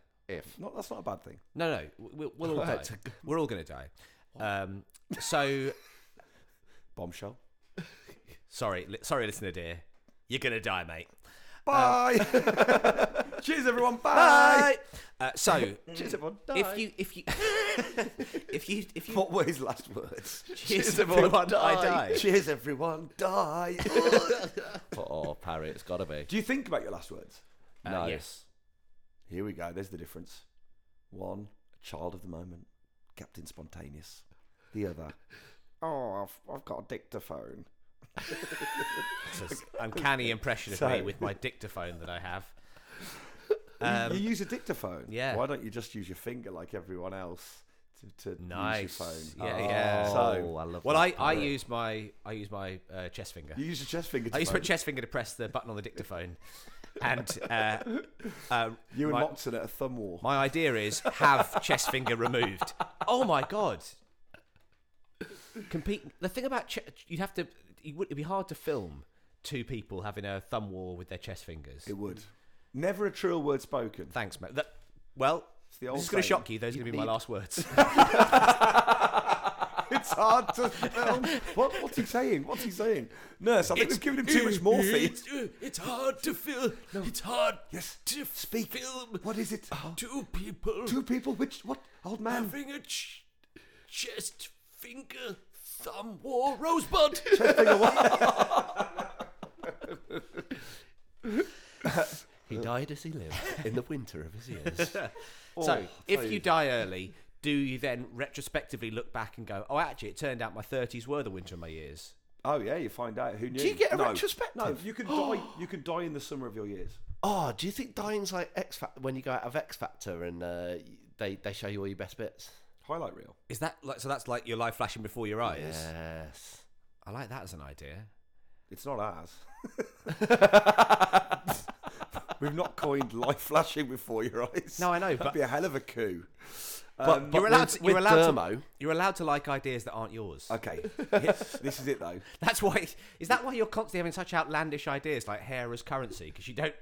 S2: Not, that's not a bad thing.
S3: No, no, we'll, we'll all die. We're all going to die. Um, so
S2: Bombshell.
S3: sorry, li- sorry, listener dear, you're going to die, mate.
S2: Bye. Cheers, everyone. Bye.
S3: Uh, so
S2: Cheers, everyone.
S3: if you if you if you if you
S2: What were his last words?
S3: Cheers, everyone, I die.
S2: Cheers, everyone. Die.
S4: Oh, Parry, it's gotta be.
S2: Do you think about your last words?
S3: Uh,
S4: No.
S3: yes,
S2: Here we go. There's the difference. One, a child of the moment, Captain Spontaneous. The other, oh, I've, I've got a dictaphone.
S3: it's an uncanny impression of
S2: So-
S3: me with my dictaphone that I have.
S2: you
S3: Um,
S2: use a dictaphone.
S3: yeah.
S2: Why don't you just use your finger like everyone else to, to
S3: nice.
S2: use your phone? Oh,
S3: Yeah, yeah.
S2: So
S4: I love
S3: well, I, I use my I use my uh, chess finger.
S2: you use your chess finger. To
S3: I used my
S2: phone.
S3: chess finger to press the button on the dictaphone, and uh, uh,
S2: You and
S3: my,
S2: Watson at a thumb war.
S3: my idea is have chess finger removed. Oh my god! Compete. The thing about che- you'd have to it would it'd be hard to film two people having a thumb war with their chess fingers.
S2: It would. Never a truer word spoken.
S3: Thanks, mate. That, well,
S2: the
S3: this
S2: old
S3: is going to
S2: saying.
S3: shock you. Those are going to be my last words.
S2: It's hard to film. What, what's he saying? What's he saying? Nurse, I think we've given him too much morphine.
S10: It's, uh, it's hard to fill. It's hard
S2: Yes.
S10: to
S2: Speak.
S10: film
S2: What is it?
S10: two people
S2: Two people? Which? What? Old man?
S10: having a ch- chest finger thumb war rosebud.
S4: He died as he lived in the winter of his years.
S3: Oh, so, if you die early, do you then retrospectively look back and go, "Oh, actually, it turned out my thirties were the winter of my years."
S2: Oh yeah, you find out who knew.
S4: you get a
S2: no,
S4: retrospective?
S2: No, you can die. You can die in the summer of your years.
S4: oh, do you think dying's like X Factor when you go out of X Factor and uh, they they show you all your best bits?
S2: Highlight reel.
S3: Is that like so? That's like your life flashing before your eyes.
S4: Yes.
S3: I like that as an idea.
S2: It's not ours. We've not coined life flashing before your eyes.
S3: No, I know,
S2: That'd
S3: but-
S2: be a hell of a coup. Um,
S4: But, but
S3: you're allowed
S4: with-
S3: to-
S4: with
S3: you're allowed to-
S4: Dermo,
S3: You're allowed to like ideas that aren't yours.
S2: Okay, this is it though.
S3: That's why. Is that why you're constantly having such outlandish ideas like hair as currency? Because you don't.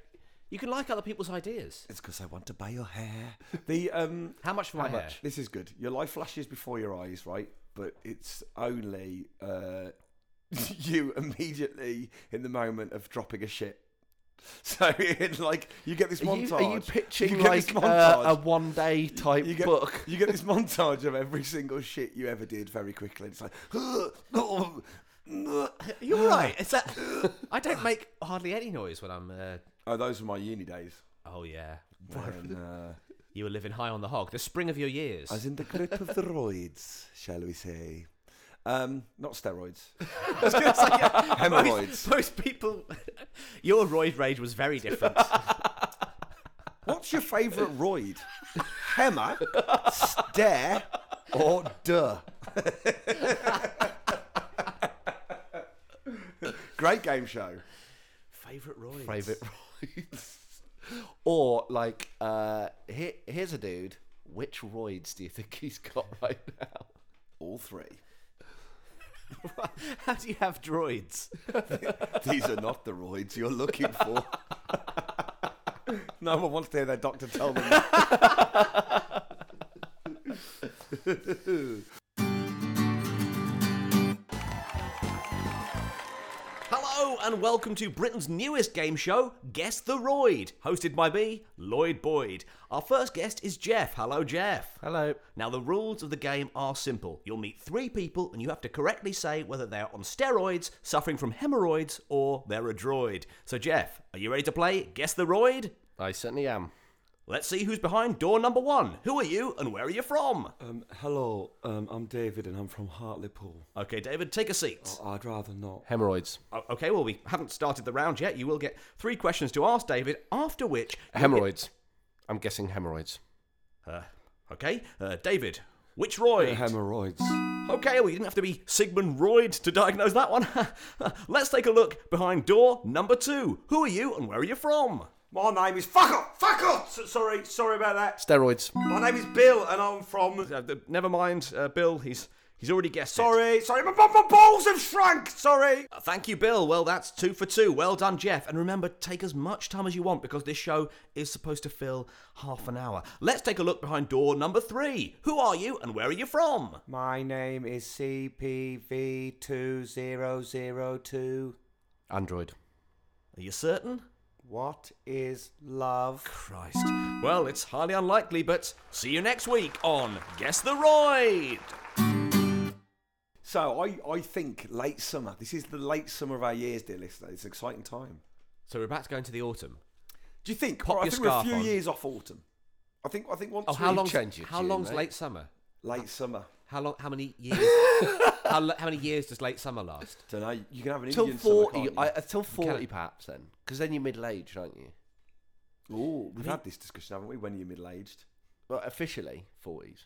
S3: You can like other people's ideas.
S2: It's because I want to buy your hair. The um,
S3: How much for my hair?
S2: This is good. Your life flashes before your eyes, right? But it's only uh, you immediately in the moment of dropping a shit. So it's like you get this
S4: are
S2: montage.
S4: you, are you pitching
S2: get this
S4: like uh,
S2: montage.
S4: a one day type
S2: you get,
S4: book?
S2: you get this montage of every single shit you ever did very quickly. It's like, oh,
S3: You're right. It's that I don't make hardly any noise when I'm. Uh,
S2: those were my uni days.
S3: oh yeah,
S2: When, uh,
S3: you were living high on the hog. The spring of your years.
S2: I was in the grip of the roids, shall we say. Um, not steroids.
S3: Most,
S2: Hemorrhoids.
S3: most people, your roid rage was very different.
S2: What's your favourite roid? Hema, stare, or duh? Great game show.
S3: Favorite roid.
S4: Private roids. or like, uh, here, here's a dude. Which roids do you think he's got right now?
S2: All three.
S3: How do you have droids?
S2: These are not the roids you're looking for. no one wants to hear their doctor tell them. that.
S3: Hello and welcome to Britain's newest game show, Guess the Roid, hosted by me, Lloyd Boyd. Our first guest is Jeff. Hello, Jeff.
S4: Hello.
S3: Now, the rules of the game are simple. You'll meet three people, and you have to correctly say whether they're on steroids, suffering from hemorrhoids, or they're a droid. So, Jeff, are you ready to play Guess the Roid?
S4: I certainly am.
S3: Let's see who's behind door number one. Who are you, and where are you from?
S2: Um, hello, um, I'm David and I'm from Hartlepool. Oh,
S3: Okay, David, take a seat.
S2: I'd rather not.
S4: Hemorrhoids.
S3: O- Okay, well, we haven't started the round yet. You will get three questions to ask David, after which.
S4: Hemorrhoids. I'm guessing hemorrhoids.
S3: Uh, okay, uh, David, which roid?
S2: Uh, Hemorrhoids.
S3: Okay, well, you didn't have to be Sigmund Royd to diagnose that one. Let's take a look behind door number two. Who are you and where are you from?
S2: My name is Fuck Up! Fuck Up! S- sorry, sorry about that.
S4: Steroids.
S2: My name is Bill and I'm from.
S3: Uh, th- never mind, uh, Bill. He's he's already guessed. it.
S2: Sorry, sorry, my, my, my balls have shrunk! Sorry!
S3: Uh, Thank you, Bill. Well, that's two for two. Well done, Jeff. And remember, take as much time as you want because this show is supposed to fill half an hour. Let's take a look behind door number three. Who are you and where are you from?
S1: My name is CPV2002.
S4: Android.
S3: Are you certain?
S1: What is love?
S3: Christ. Well, it's highly unlikely, but see you next week on Guess the Roid.
S2: So I, I think late summer. This is the late summer of our years, dear listener. It's an exciting time.
S3: So we're about to go into the autumn.
S2: Do you think?
S3: Pop
S2: Well, I
S3: your
S2: think we're a
S3: scarf
S2: few
S3: on.
S2: years off autumn. I think I think once
S3: Oh, how
S2: we-
S3: long?
S4: change it,
S3: How
S4: June,
S3: long's
S4: mate.
S3: late summer?
S2: late summer.
S3: How long? How many years? how, lo- how many years does late summer last?
S2: Don't know. You can have an
S4: Till
S2: Indian summer,
S4: forty,
S2: can't you?
S4: I, uh, till forty
S3: can't-
S4: perhaps then, because then you're middle aged, aren't you?
S2: Ooh, we've had this discussion, haven't we? When are you middle aged?
S4: Well, officially forties.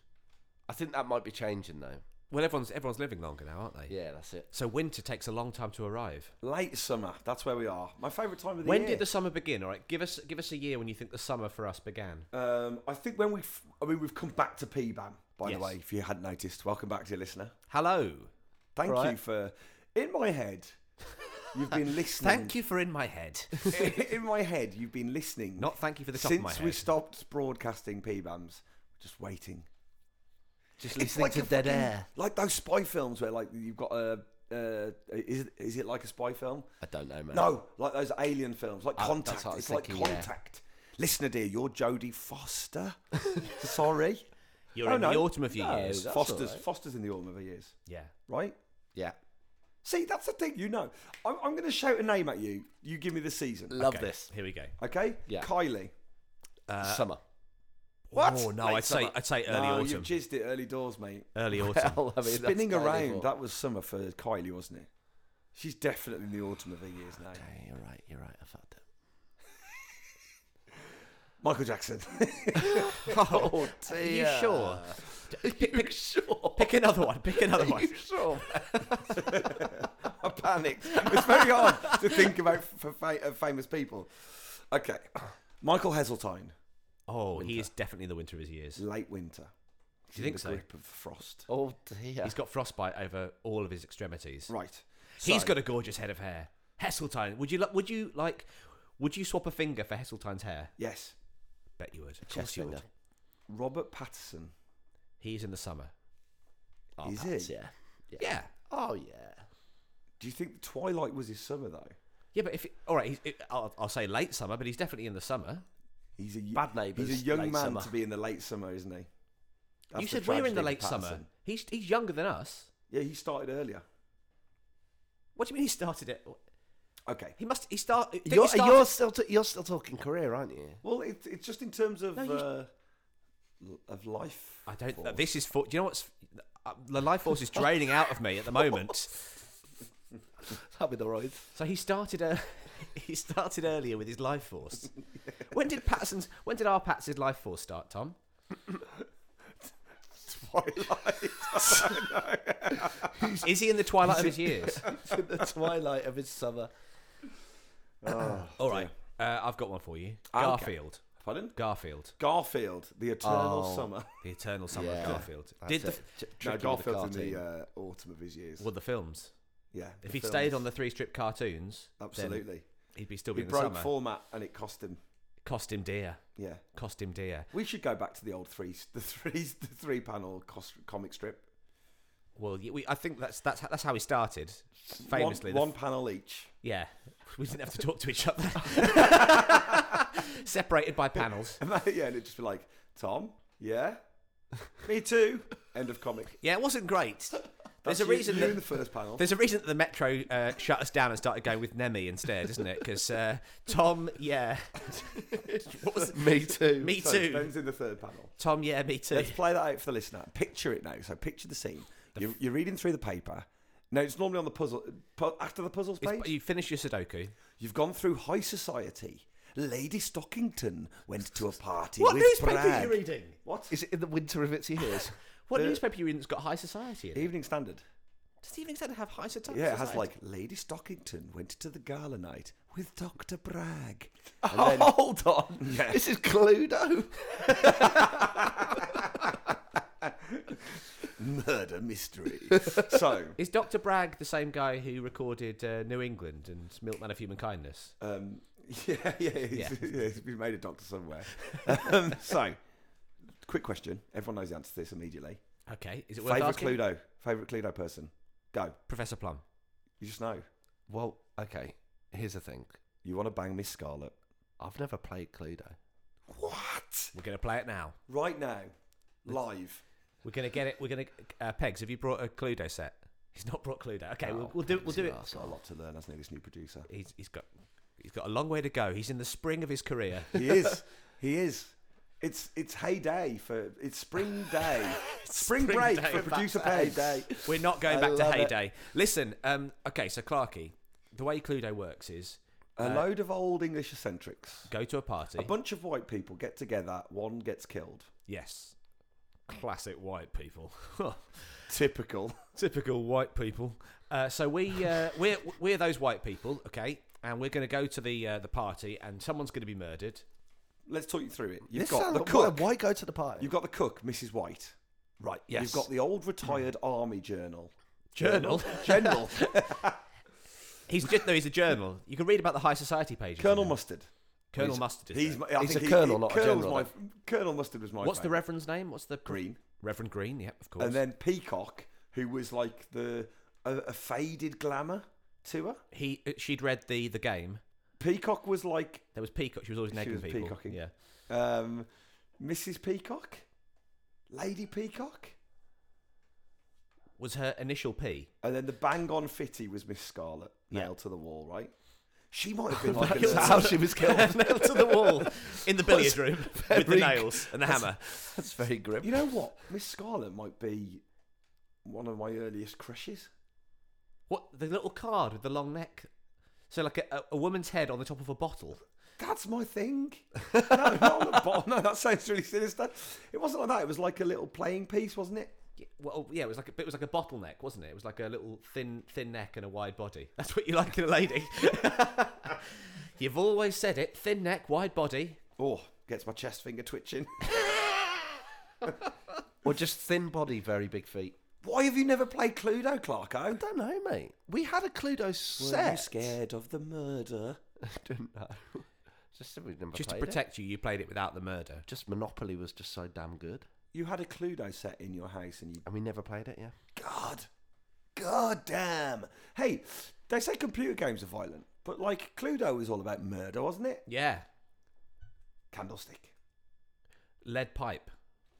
S4: I think that might be changing though.
S3: Well, everyone's everyone's living longer now, aren't they?
S4: Yeah, that's it.
S3: So winter takes a long time to arrive.
S2: Late summer. That's where we are. My favourite time of the
S3: When
S2: year.
S3: did the summer begin? All right, give us give us a year when you think the summer for us began.
S2: Um, I think when we. I mean, we've come back to PBAM. By
S3: Yes.
S2: the way, if you hadn't noticed, welcome back to your listener.
S3: Hello.
S2: Thank you
S4: Right.
S2: for. In my head, you've been listening.
S3: Thank you for in my head.
S2: in my head, you've been listening.
S3: Not thank you for the top
S2: since
S3: of my
S2: we
S3: head.
S2: stopped broadcasting PBAMs, just waiting,
S4: Just
S2: It's
S4: listening
S2: like
S4: to
S2: a
S4: dead
S2: fucking-
S4: air.
S2: like those spy films where like you've got a. Uh, is it, is it like a spy film?
S4: I don't know, man.
S2: No, like those alien films, like
S4: Oh,
S2: Contact.
S4: that's what I was
S2: It's like
S4: thinking, yeah.
S2: Contact. Listener, dear, you're Jodie Foster. Sorry,
S3: You're
S2: Oh,
S3: in the
S2: no.
S3: autumn of your
S4: No,
S3: years.
S4: that's
S2: Foster's
S4: all right.
S2: Foster's in the autumn of her years,
S3: Yeah.
S2: right?
S4: Yeah,
S2: See, that's the thing. You know, I'm, I'm going to shout a name at you. You give me the season,
S4: love
S3: Okay,
S4: this
S3: Here we go.
S2: okay?
S4: Yeah.
S2: Kylie.
S3: Uh,
S4: summer.
S2: What?
S3: Oh no,
S2: Late
S3: I'd say
S2: summer.
S3: I'd say early
S2: No, you
S3: autumn.
S2: jizzed it early doors, mate.
S3: Early autumn.
S4: Well, I mean, that's
S2: Spinning
S4: kind of
S2: around,
S4: what-
S2: that was summer for Kylie, wasn't it? She's definitely in the autumn of her years now.
S4: Okay, you're right. You're right. I thought that.
S2: Michael Jackson.
S3: Oh, dear. Are you sure? Pick, pick, sure? Pick another one. Pick another one.
S4: Sure.
S2: I panicked. It's very hard to think about f- for fa- uh, famous people. Okay. Michael Heseltine,
S3: Oh, he is definitely the winter of his years.
S2: late winter. He's
S3: you think
S2: in the
S3: so?
S2: grip of frost.
S4: Oh dear.
S3: He's got frostbite over all of his extremities.
S2: Right.
S3: He's
S2: So-
S3: got a gorgeous head of hair. Heseltine, would you li- would you like would you swap a finger for Heseltine's hair?
S2: Yes.
S3: Bet you would. Of
S4: chest
S3: course you would.
S4: finger.
S2: Robert Patterson.
S3: He's in the summer. Oh,
S2: is
S4: That's-
S2: it?
S4: Yeah.
S3: Yeah.
S4: Oh yeah.
S2: Do you think Twilight was his summer, though?
S3: Yeah, but if all right, he's, it, I'll, I'll say late summer, but he's definitely in the summer.
S2: He's a y-
S4: Bad Neighbours,
S2: He's a young
S4: late
S2: man
S4: summer.
S2: to be in the late summer, isn't he? That's
S3: you
S2: the
S3: said we're in
S2: tragedy
S3: the
S2: of
S3: late summer.
S2: Patterson.
S3: He's he's younger than us.
S2: Yeah, he started earlier.
S3: What do you mean he started it?
S2: Okay.
S3: He must. He start. didn't he
S4: You're,
S3: start-
S4: you're still t- you're still talking career, aren't you?
S2: Well, it, it's just in terms of
S3: No, you-
S2: uh, l- of life.
S3: I don't.
S2: force.
S3: This is for. Do you know what's? uh, the life force is draining out of me at the moment.
S4: That'll be the right.
S3: So he started uh, he started earlier with his life force. When did Patson's when did our Patson's life force start, Tom? twilight. Is he in the twilight of his years?
S4: in the twilight of his summer.
S2: Oh,
S3: All right. Uh, I've got one for you.
S2: Ah, Okay.
S3: Garfield.
S2: Pardon?
S3: Garfield.
S2: Garfield, the Eternal
S3: Oh.
S2: Summer.
S3: The Eternal Summer
S4: Yeah.
S3: of Garfield.
S4: That's
S3: Did the,
S4: it. Tr-
S2: No,
S4: tricky with
S2: Garfield's in the
S4: cartoon.
S2: uh, autumn of his years.
S3: well the films?
S2: yeah.
S3: If
S2: the
S3: he stayed
S2: films.
S3: on the three strip cartoons, then
S2: Absolutely.
S3: he'd be still be
S2: He
S3: in the
S2: broke
S3: summer.
S2: format and it cost him.
S3: Cost him dear.
S2: Yeah.
S3: Cost him dear.
S2: We should go back to the old three, the three, the three panel cost, comic strip.
S3: Well, y- we, I think that's that's how- that's how he started.
S2: One-
S3: Famously, the
S2: one, panel each.
S3: Yeah, we didn't have to talk to each other. Separated by panels.
S2: And that, yeah, and it'd just be like, Tom, yeah, me too. End of comic.
S3: Yeah, it wasn't great. There's
S2: That's
S3: a
S2: you-
S3: reason
S2: you in
S3: that
S2: the first panel.
S3: there's a reason that the Metro uh, shut us down and started going with Nemi instead, isn't it? Because uh, Tom, yeah, what was it?
S4: Me too.
S3: me
S2: So
S3: too.
S2: Ben's in the third panel.
S3: Tom, yeah, me too.
S2: Let's play that out for the listener. Picture it now. So picture the scene. You're, you're reading through the paper. Now it's normally on the puzzle pu- after the puzzles
S3: It's-
S2: page.
S3: you finish your Sudoku.
S2: You've gone through high society. Lady Stockington went to a party
S3: What
S2: with
S3: newspaper
S2: Brad.
S3: are you reading?
S2: What?
S4: Is it in the winter of its years?
S3: What
S2: The-
S3: newspaper are you reading that's got high society in it?
S2: Evening Standard.
S3: Does the Evening Standard have high society?
S2: Yeah, it has like Lady Stockington went to the gala night with Doctor Bragg. And
S3: Oh.
S2: then-
S4: Hold on.
S2: Yeah.
S4: This is Cluedo.
S2: murder mystery. so,
S3: Is Dr. Bragg the same guy who recorded uh, New England and Milkman of Human Kindness?
S2: um, yeah, yeah, he's, yeah.
S3: Yeah.
S2: he's been made a doctor somewhere. um, so, quick question. Everyone knows the answer to this immediately.
S3: Okay, is it worth
S2: Favorite
S3: asking?
S2: Cluedo. Favorite Cluedo person. Go.
S3: Professor Plum.
S2: You just know.
S4: Well, okay. Here's the thing.
S2: You want to bang Miss Scarlet.
S4: I've never played Cluedo.
S2: What?
S3: We're gonna play it now.
S2: Right now, live.
S3: We're gonna get it. We're gonna uh, pegs. Have you brought a Cluedo set? He's not brought Cluedo. Okay, we'll, we'll do. We'll do it.
S2: Got a lot to learn, hasn't he? This new producer.
S3: He's, he's got. He's got a long way to go. He's in the spring of his career.
S2: He is. he is. It's it's heyday for it's spring day, spring,
S3: Spring
S2: break
S3: day.
S2: for
S3: Back
S2: producer Peg.
S3: We're not going
S4: I
S3: back to
S4: love it.
S3: heyday. Listen. Um. Okay. So Clarky, the way Cluedo works is
S2: A load of old English eccentrics.
S3: go to a party.
S2: A bunch of white people get together. One gets killed.
S3: yes. Classic white people.
S2: Typical.
S3: Typical white people. Uh, so we uh, we're we're those white people. Okay. And we're going to go to the uh, the party, and someone's going to be murdered.
S2: Let's talk you through it. You've
S4: This
S2: got
S4: sounds
S2: the
S4: like-
S2: cook.
S4: Why go to the party?
S2: You've got the cook, Mrs. White.
S4: right. Yes.
S2: You've got the old retired army journal.
S3: Journal.
S2: General
S3: He's just no, he's a journal. You can read about the high society pages.
S2: Colonel
S3: in there.
S2: Mustard.
S3: Colonel Mustard. Is
S2: He's
S3: there.
S2: my- I
S4: He's
S2: think
S4: a
S2: he-
S4: colonel,
S2: he-
S4: not a
S2: Colonel's
S4: general,
S2: My, Colonel Mustard was my.
S3: What's the
S2: favourite.
S3: reverend's name? What's the
S2: Green?
S3: Reverend Green. Yep, of course.
S2: And then Peacock, who was like the a, a faded glamour to her.
S3: he she'd read the the game.
S2: Peacock was like
S3: There was Peacock. She was always
S2: She
S3: nagging
S2: was
S3: people.
S2: peacocking.
S3: Yeah.
S2: um, Mrs. Peacock, Lady Peacock,
S3: Was her initial P?
S2: and then the bang on fitty was Miss Scarlet, nailed to the wall. Right? She might have been like
S4: That's
S2: an
S4: how she was killed.
S3: Nailed to the wall in the billiard room with the nails and the hammer.
S4: That's very grim.
S2: You know what? Miss Scarlet might be one of my earliest crushes.
S3: What the little card with the long neck? So like a, a woman's head on the top of a bottle.
S2: That's my thing. No, not on the bottom. No, that sounds really sinister. It wasn't like that. It was like a little playing piece, wasn't it?
S3: Yeah, Well, oh, yeah, it was like a, it was like a bottleneck, wasn't it? It was like a little thin, thin neck and a wide body. That's what you like in a lady. You've always said it: thin neck, wide body.
S2: Oh, gets my chest finger twitching.
S4: Or just thin body, very big feet.
S2: Why have you never played Cluedo, Clarko?
S4: Don't know, mate. We had a Cluedo set.
S2: of the murder?
S4: Don't know. Just that we've never
S3: Just to
S4: played it.
S3: protect you, you played it without the murder.
S4: Just Monopoly was just so damn good,
S2: You had a Cluedo set in your house, and you
S4: and we never played it. Yeah.
S2: God, God damn. Hey, they say computer games are violent, but like Cluedo was all about murder, wasn't it?
S3: Yeah,
S2: Candlestick,
S3: lead pipe,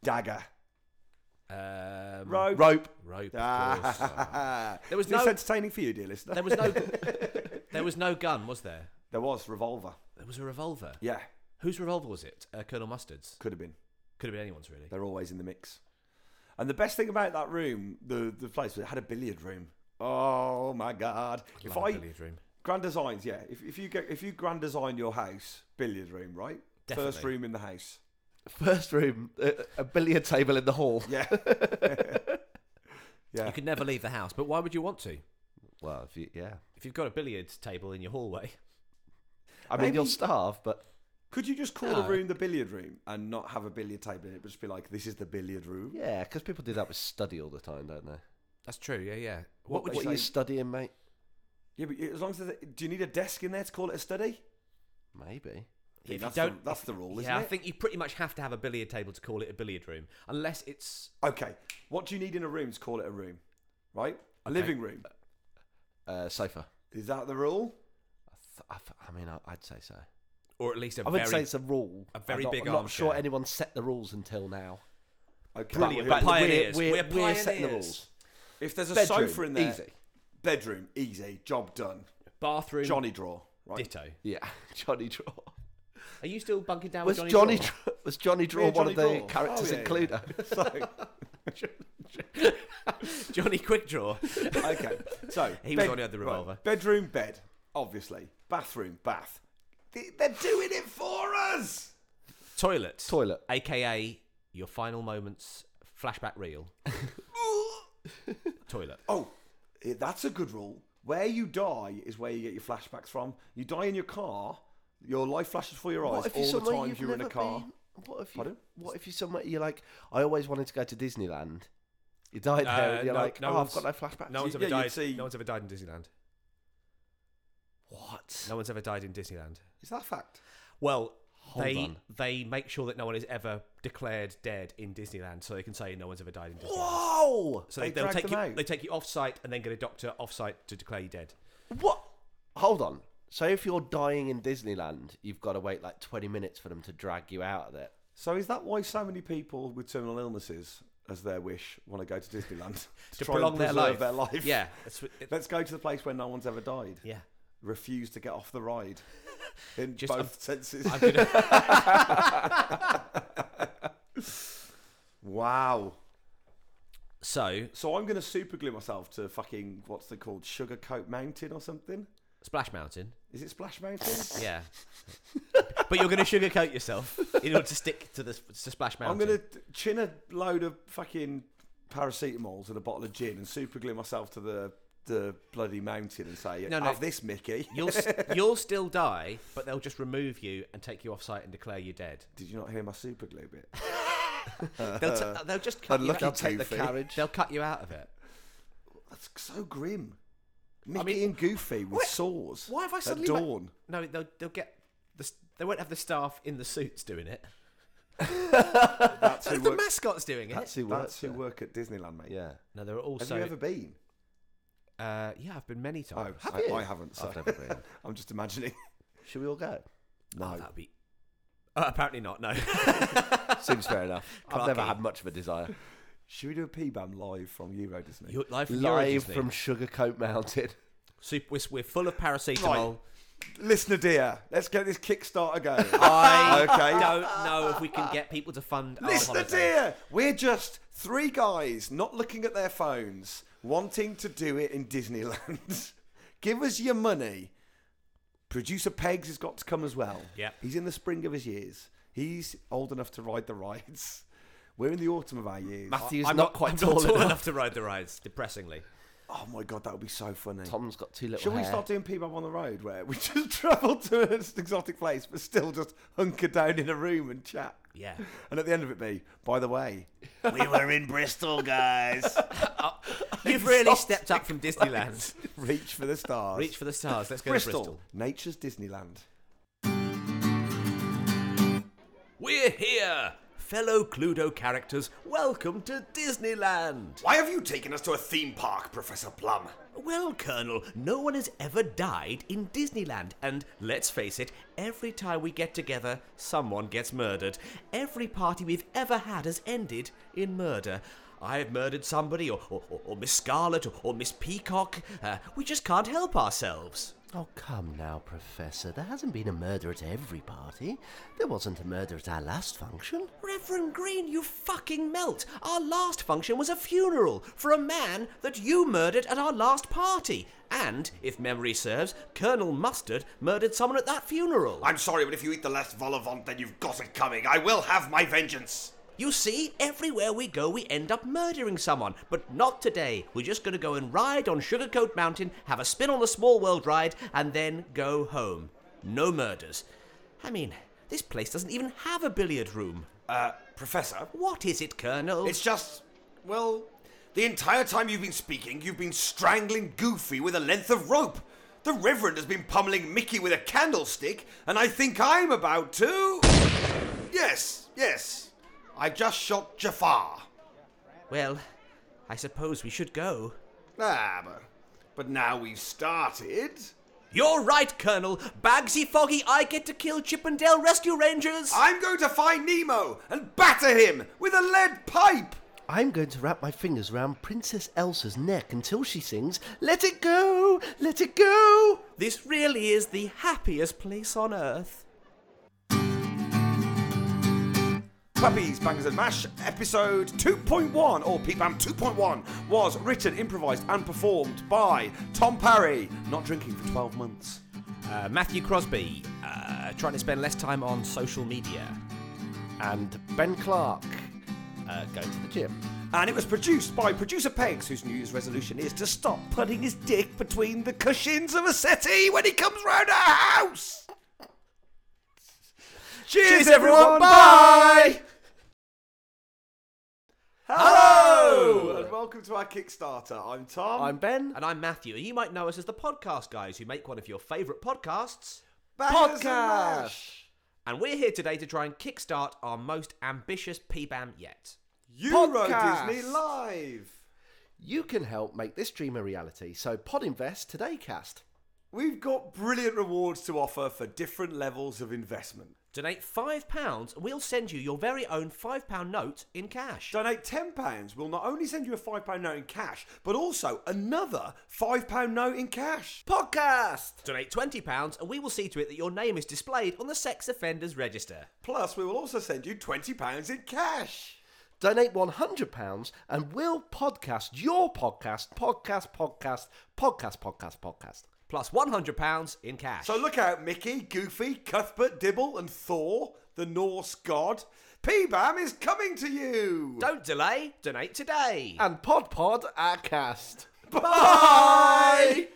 S2: dagger,
S3: um,
S2: rope.
S4: Rope.
S3: rope. Of course.
S2: Ah,
S3: There was
S2: Is this
S3: no-
S2: entertaining for you, dear listener.
S3: there was no, there was no gun, was there?
S2: There was revolver.
S3: There was a revolver.
S2: Yeah,
S3: Whose revolver was it? Uh, Colonel Mustard's.
S2: could have been.
S3: Could have been anyone's, really.
S2: They're always in the mix. And the best thing about that room, the the place, was it had a billiard room. Oh my god! If I
S3: billiard room.
S2: grand designs, yeah. If, if you go, if you grand design your house, billiard room, right? First
S3: Definitely.
S2: room in the house.
S4: First room, a, a billiard table in the hall.
S2: Yeah. yeah.
S3: You could never leave the house, but why would you want to?
S4: Well, if you, yeah.
S3: If you've got a billiards table in your hallway,
S4: I mean, you'll
S2: Maybe-
S4: starve, but
S2: Could you just call
S3: No.
S2: a room the billiard room and not have a billiard table in it, but just be like, this is the billiard room?
S4: yeah, because people do that with study all the time, don't they?
S3: that's true. Yeah, yeah. What,
S4: What
S3: would you?
S4: are you studying, mate?
S2: Yeah, but as long as there's a- do you need a desk in there to call it a study?
S4: Maybe.
S2: I think
S3: you
S2: that's
S3: don't-
S2: the, that's the rule, isn't
S3: yeah,
S2: it?
S3: I think you pretty much have to have a billiard table to call it a billiard room, unless it's
S2: Okay, what do you need in a room to call it a room? Right, a living room.
S4: Uh, sofa.
S2: Is that the rule?
S4: I, th- I, th- I mean, I, I'd say so.
S3: or at least a
S4: I
S3: very
S4: wouldn't say it's a rule.
S3: a very
S4: I'm not,
S3: big
S4: I'm not
S3: armchair.
S4: sure anyone set the rules until now.
S2: Okay,
S3: brilliant.
S2: But
S3: But
S2: who-
S3: pioneers. We're,
S4: we're, we're, we're
S3: pioneers.
S4: setting the rules.
S2: if there's a
S4: Bedroom,
S2: sofa in there,
S4: easy.
S2: Bedroom, easy, job done.
S3: Bathroom.
S2: Johnny draw. Right.
S3: Ditto.
S4: Yeah, Johnny Draw.
S3: Are you still bunking down
S4: Was
S3: with
S4: Johnny,
S3: Johnny? Draw?
S4: Draw, was Johnny Draw
S2: Yeah,
S4: one of
S2: Johnny
S4: the
S2: Draw.
S4: characters
S2: Oh, yeah,
S4: in
S2: yeah.
S4: Cluedo?
S2: So
S3: Johnny Quick Draw.
S2: okay, so
S3: He was the one who had the
S2: right,
S3: revolver.
S2: bedroom, bed, obviously. Bathroom, bath. They- They're doing it for us.
S3: Toilet.
S4: Toilet.
S3: AKA your final moments flashback reel. Toilet.
S2: Oh, eh, that's a good rule. Where you die is where you get your flashbacks from. You die in your car. Your life flashes before your eyes
S4: if
S2: all the
S4: somewhere
S2: time
S4: you've
S2: you're in a
S4: never
S2: car.
S4: been? What if you?
S2: Pardon?
S4: What if you somewhere you're like? I always wanted to go to Disneyland. You died there,
S3: Uh,
S4: and you're
S3: no-
S4: like,
S3: no
S4: oh,
S3: one's-
S4: I've got no flashbacks.
S3: No one's
S2: Yeah,
S3: ever
S2: you'd
S3: died.
S2: see-
S3: No one's ever died in Disneyland.
S4: What?
S3: No one's ever died in Disneyland.
S2: Is that a fact?
S3: Well,
S4: Hold
S3: they
S4: on.
S3: they make sure that no one is ever declared dead in Disneyland, so they can say no one's ever died in Disneyland.
S4: Whoa!
S3: So they,
S2: They
S3: they'll
S2: drag
S3: take
S2: them
S3: you.
S2: out.
S3: They take you off site and then get a doctor off site to declare you dead.
S4: What? Hold on. So if you're dying in Disneyland, you've got to wait like 20 minutes for them to drag you out of it.
S2: So is that why so many people with terminal illnesses, as their wish, want to go to Disneyland to,
S3: to
S2: try
S3: prolong
S2: and
S3: their
S2: preserve
S3: life.
S2: their life?
S3: Yeah, that's what- it-
S2: Let's go to the place where no one's ever died.
S3: yeah.
S2: Refuse to get off the ride. In
S3: Just-
S2: both
S3: I'm-
S2: senses.
S3: I'm gonna,
S2: wow.
S3: so
S2: So I'm going to super glue myself to fucking what's they called Sugarcoat Mountain or something.
S3: Splash Mountain.
S2: Is it Splash Mountain?
S3: Yeah. but you're going to sugarcoat yourself in order to stick to the to Splash Mountain.
S2: I'm going to chin a load of fucking paracetamols and a bottle of gin and super glue myself to the the bloody mountain and say,
S3: No, no.
S2: "Have this, Mickey."
S3: You'll s- you'll still die, but they'll just remove you and take you off site and declare you dead.
S2: Did you not hear my super glue bit?
S3: They'll, t- they'll just cut you
S2: Unlucky
S3: out.
S2: Take the Toofy.
S4: carriage.
S3: They'll cut you out of it.
S2: That's so grim. Mickey and Goofy with swords.
S3: Why have I suddenly
S2: at
S3: ma-
S2: dawn?
S3: No, they'll they'll get the, s- they won't have the staff in the suits doing it.
S2: That's who
S3: the
S2: work.
S3: mascots doing it.
S4: That's who
S2: That's
S4: works.
S2: who
S4: there.
S2: work at Disneyland, mate.
S4: Yeah.
S3: No, there are
S2: Have
S3: also
S2: you ever been?
S3: uh, yeah, I've been many
S2: Oh,
S3: times.
S2: I, I haven't. So.
S4: I've never been.
S2: I'm just imagining.
S4: Should we all go?
S3: Oh, that'd be. Oh, apparently not. No.
S4: Seems fair enough. I've never
S3: Clarky.
S4: had much of a desire.
S2: Should we do a PBAM live from Euro Disney?
S3: You're live from
S4: Live
S3: Eurodisney.
S4: from Sugarcoat Mountain.
S3: Super, we're, we're full of paracetamol.
S2: Listener dear, let's get this Kickstarter going.
S3: I
S2: Okay.
S3: don't know if we can get people to fund our
S2: Listener
S3: holiday.
S2: dear, we're just three guys not looking at their phones, wanting to do it in Disneyland. Give us your money. Producer Pegs has got to come as well.
S3: Yep.
S2: He's in the spring of his years. He's old enough to ride the rides. We're in the autumn of our years.
S4: Matthew's
S3: I'm
S4: not, quite
S3: I'm
S4: tall,
S3: not tall
S4: enough.
S3: enough. to ride the rides, depressingly.
S2: oh my god, that would be so funny.
S4: Tom's got too little
S2: Should we
S4: hair.
S2: start doing Peabab on the road where we just travel to an exotic place but still just hunker down in a room and chat?
S3: Yeah.
S2: And at the end of it be, by the way,
S10: We were in Bristol, guys.
S3: Uh, You've really stepped up from Disneyland.
S2: reach for the stars.
S3: Reach for the stars. Let's go
S2: Bristol,
S3: to Bristol.
S2: nature's Disneyland.
S3: We're here! Fellow Cluedo characters, welcome to Disneyland!
S10: Why have you taken us to a theme park, Professor Plum?
S3: Well, Colonel, no one has ever died in Disneyland, and let's face it, every time we get together, someone gets murdered. Every party we've ever had has ended in murder. I have murdered somebody, or, or, or Miss Scarlet, or, or Miss Peacock. Uh, we just can't help ourselves.
S9: Oh, come now, Professor. There hasn't been a murder at every party. There wasn't a murder at our last function.
S3: Reverend Green, you fucking melt! Our last function was a funeral for a man that you murdered at our last party. And, if memory serves, Colonel Mustard murdered someone at that funeral.
S11: I'm sorry, but if you eat the last volivant, then you've got it coming. I will have my vengeance.
S3: You see, everywhere we go, we end up murdering someone. But not today. We're just going to go and ride on Sugarcoat Mountain, have a spin on the Small World ride, and then go home. No murders. I mean, this place doesn't even have a billiard room.
S11: Uh, Professor,
S3: What is it, Colonel?
S11: it's just, well, the entire time you've been speaking, you've been strangling Goofy with a length of rope. The Reverend has been pummeling Mickey with a candlestick, and I think I'm about to. Yes, yes. I just shot Jafar.
S3: Well, I suppose we should go.
S11: Ah, but, but now we've started.
S3: You're right, Colonel. Bagsy Foggy, I get to kill Chippendale Rescue Rangers.
S11: I'm going to find Nemo and batter him with a lead pipe.
S9: I'm going to wrap my fingers round Princess Elsa's neck until she sings, Let it go! Let it go!
S3: This really is the happiest place on earth.
S2: Puppies, Bangers and Mash, episode 2.1, or Peep Bam 2.1, was written, improvised, and performed by Tom Parry, not drinking for 12 months.
S3: Uh, Matthew Crosby, uh, trying to spend less time on social media.
S4: And Ben Clark.
S3: Uh, go to the
S4: Jim.
S2: And it was produced by producer Pegs, whose New Year's resolution is to stop putting his dick between the cushions of a settee when he comes round our house. Cheers, everyone. Bye. Hello and welcome to our Kickstarter. I'm Tom.
S4: I'm Ben.
S3: And I'm Matthew, and you might know us as the podcast guys who make one of your favourite podcasts.
S2: Bangers and
S4: Podcast.
S2: Mash.
S3: And we're here today to try and kickstart our most ambitious PBAM yet.
S2: Euro
S4: Podcast.
S2: Disney Live.
S4: You can help make this dream a reality. So Pod Invest today cast.
S2: We've got brilliant rewards to offer for different levels of investment.
S3: Donate £5 and we'll send you your very own £5 note in cash.
S2: Donate £10. We'll not only send you a £5 note in cash, but also another £5 note in cash. Podcast!
S3: Donate £20 and we will see to it that your name is displayed on the sex offenders register.
S2: Plus, we will also send you £20 in cash.
S4: Donate £100 and we'll podcast your podcast, podcast, podcast, podcast, podcast, podcast.
S3: Plus £100 in cash.
S2: So look out, Mickey, Goofy, Cuthbert, Dibble, and Thor, the Norse god. P-Bam is coming to you!
S3: don't delay, donate today.
S4: And Pod Pod our cast.
S2: Bye!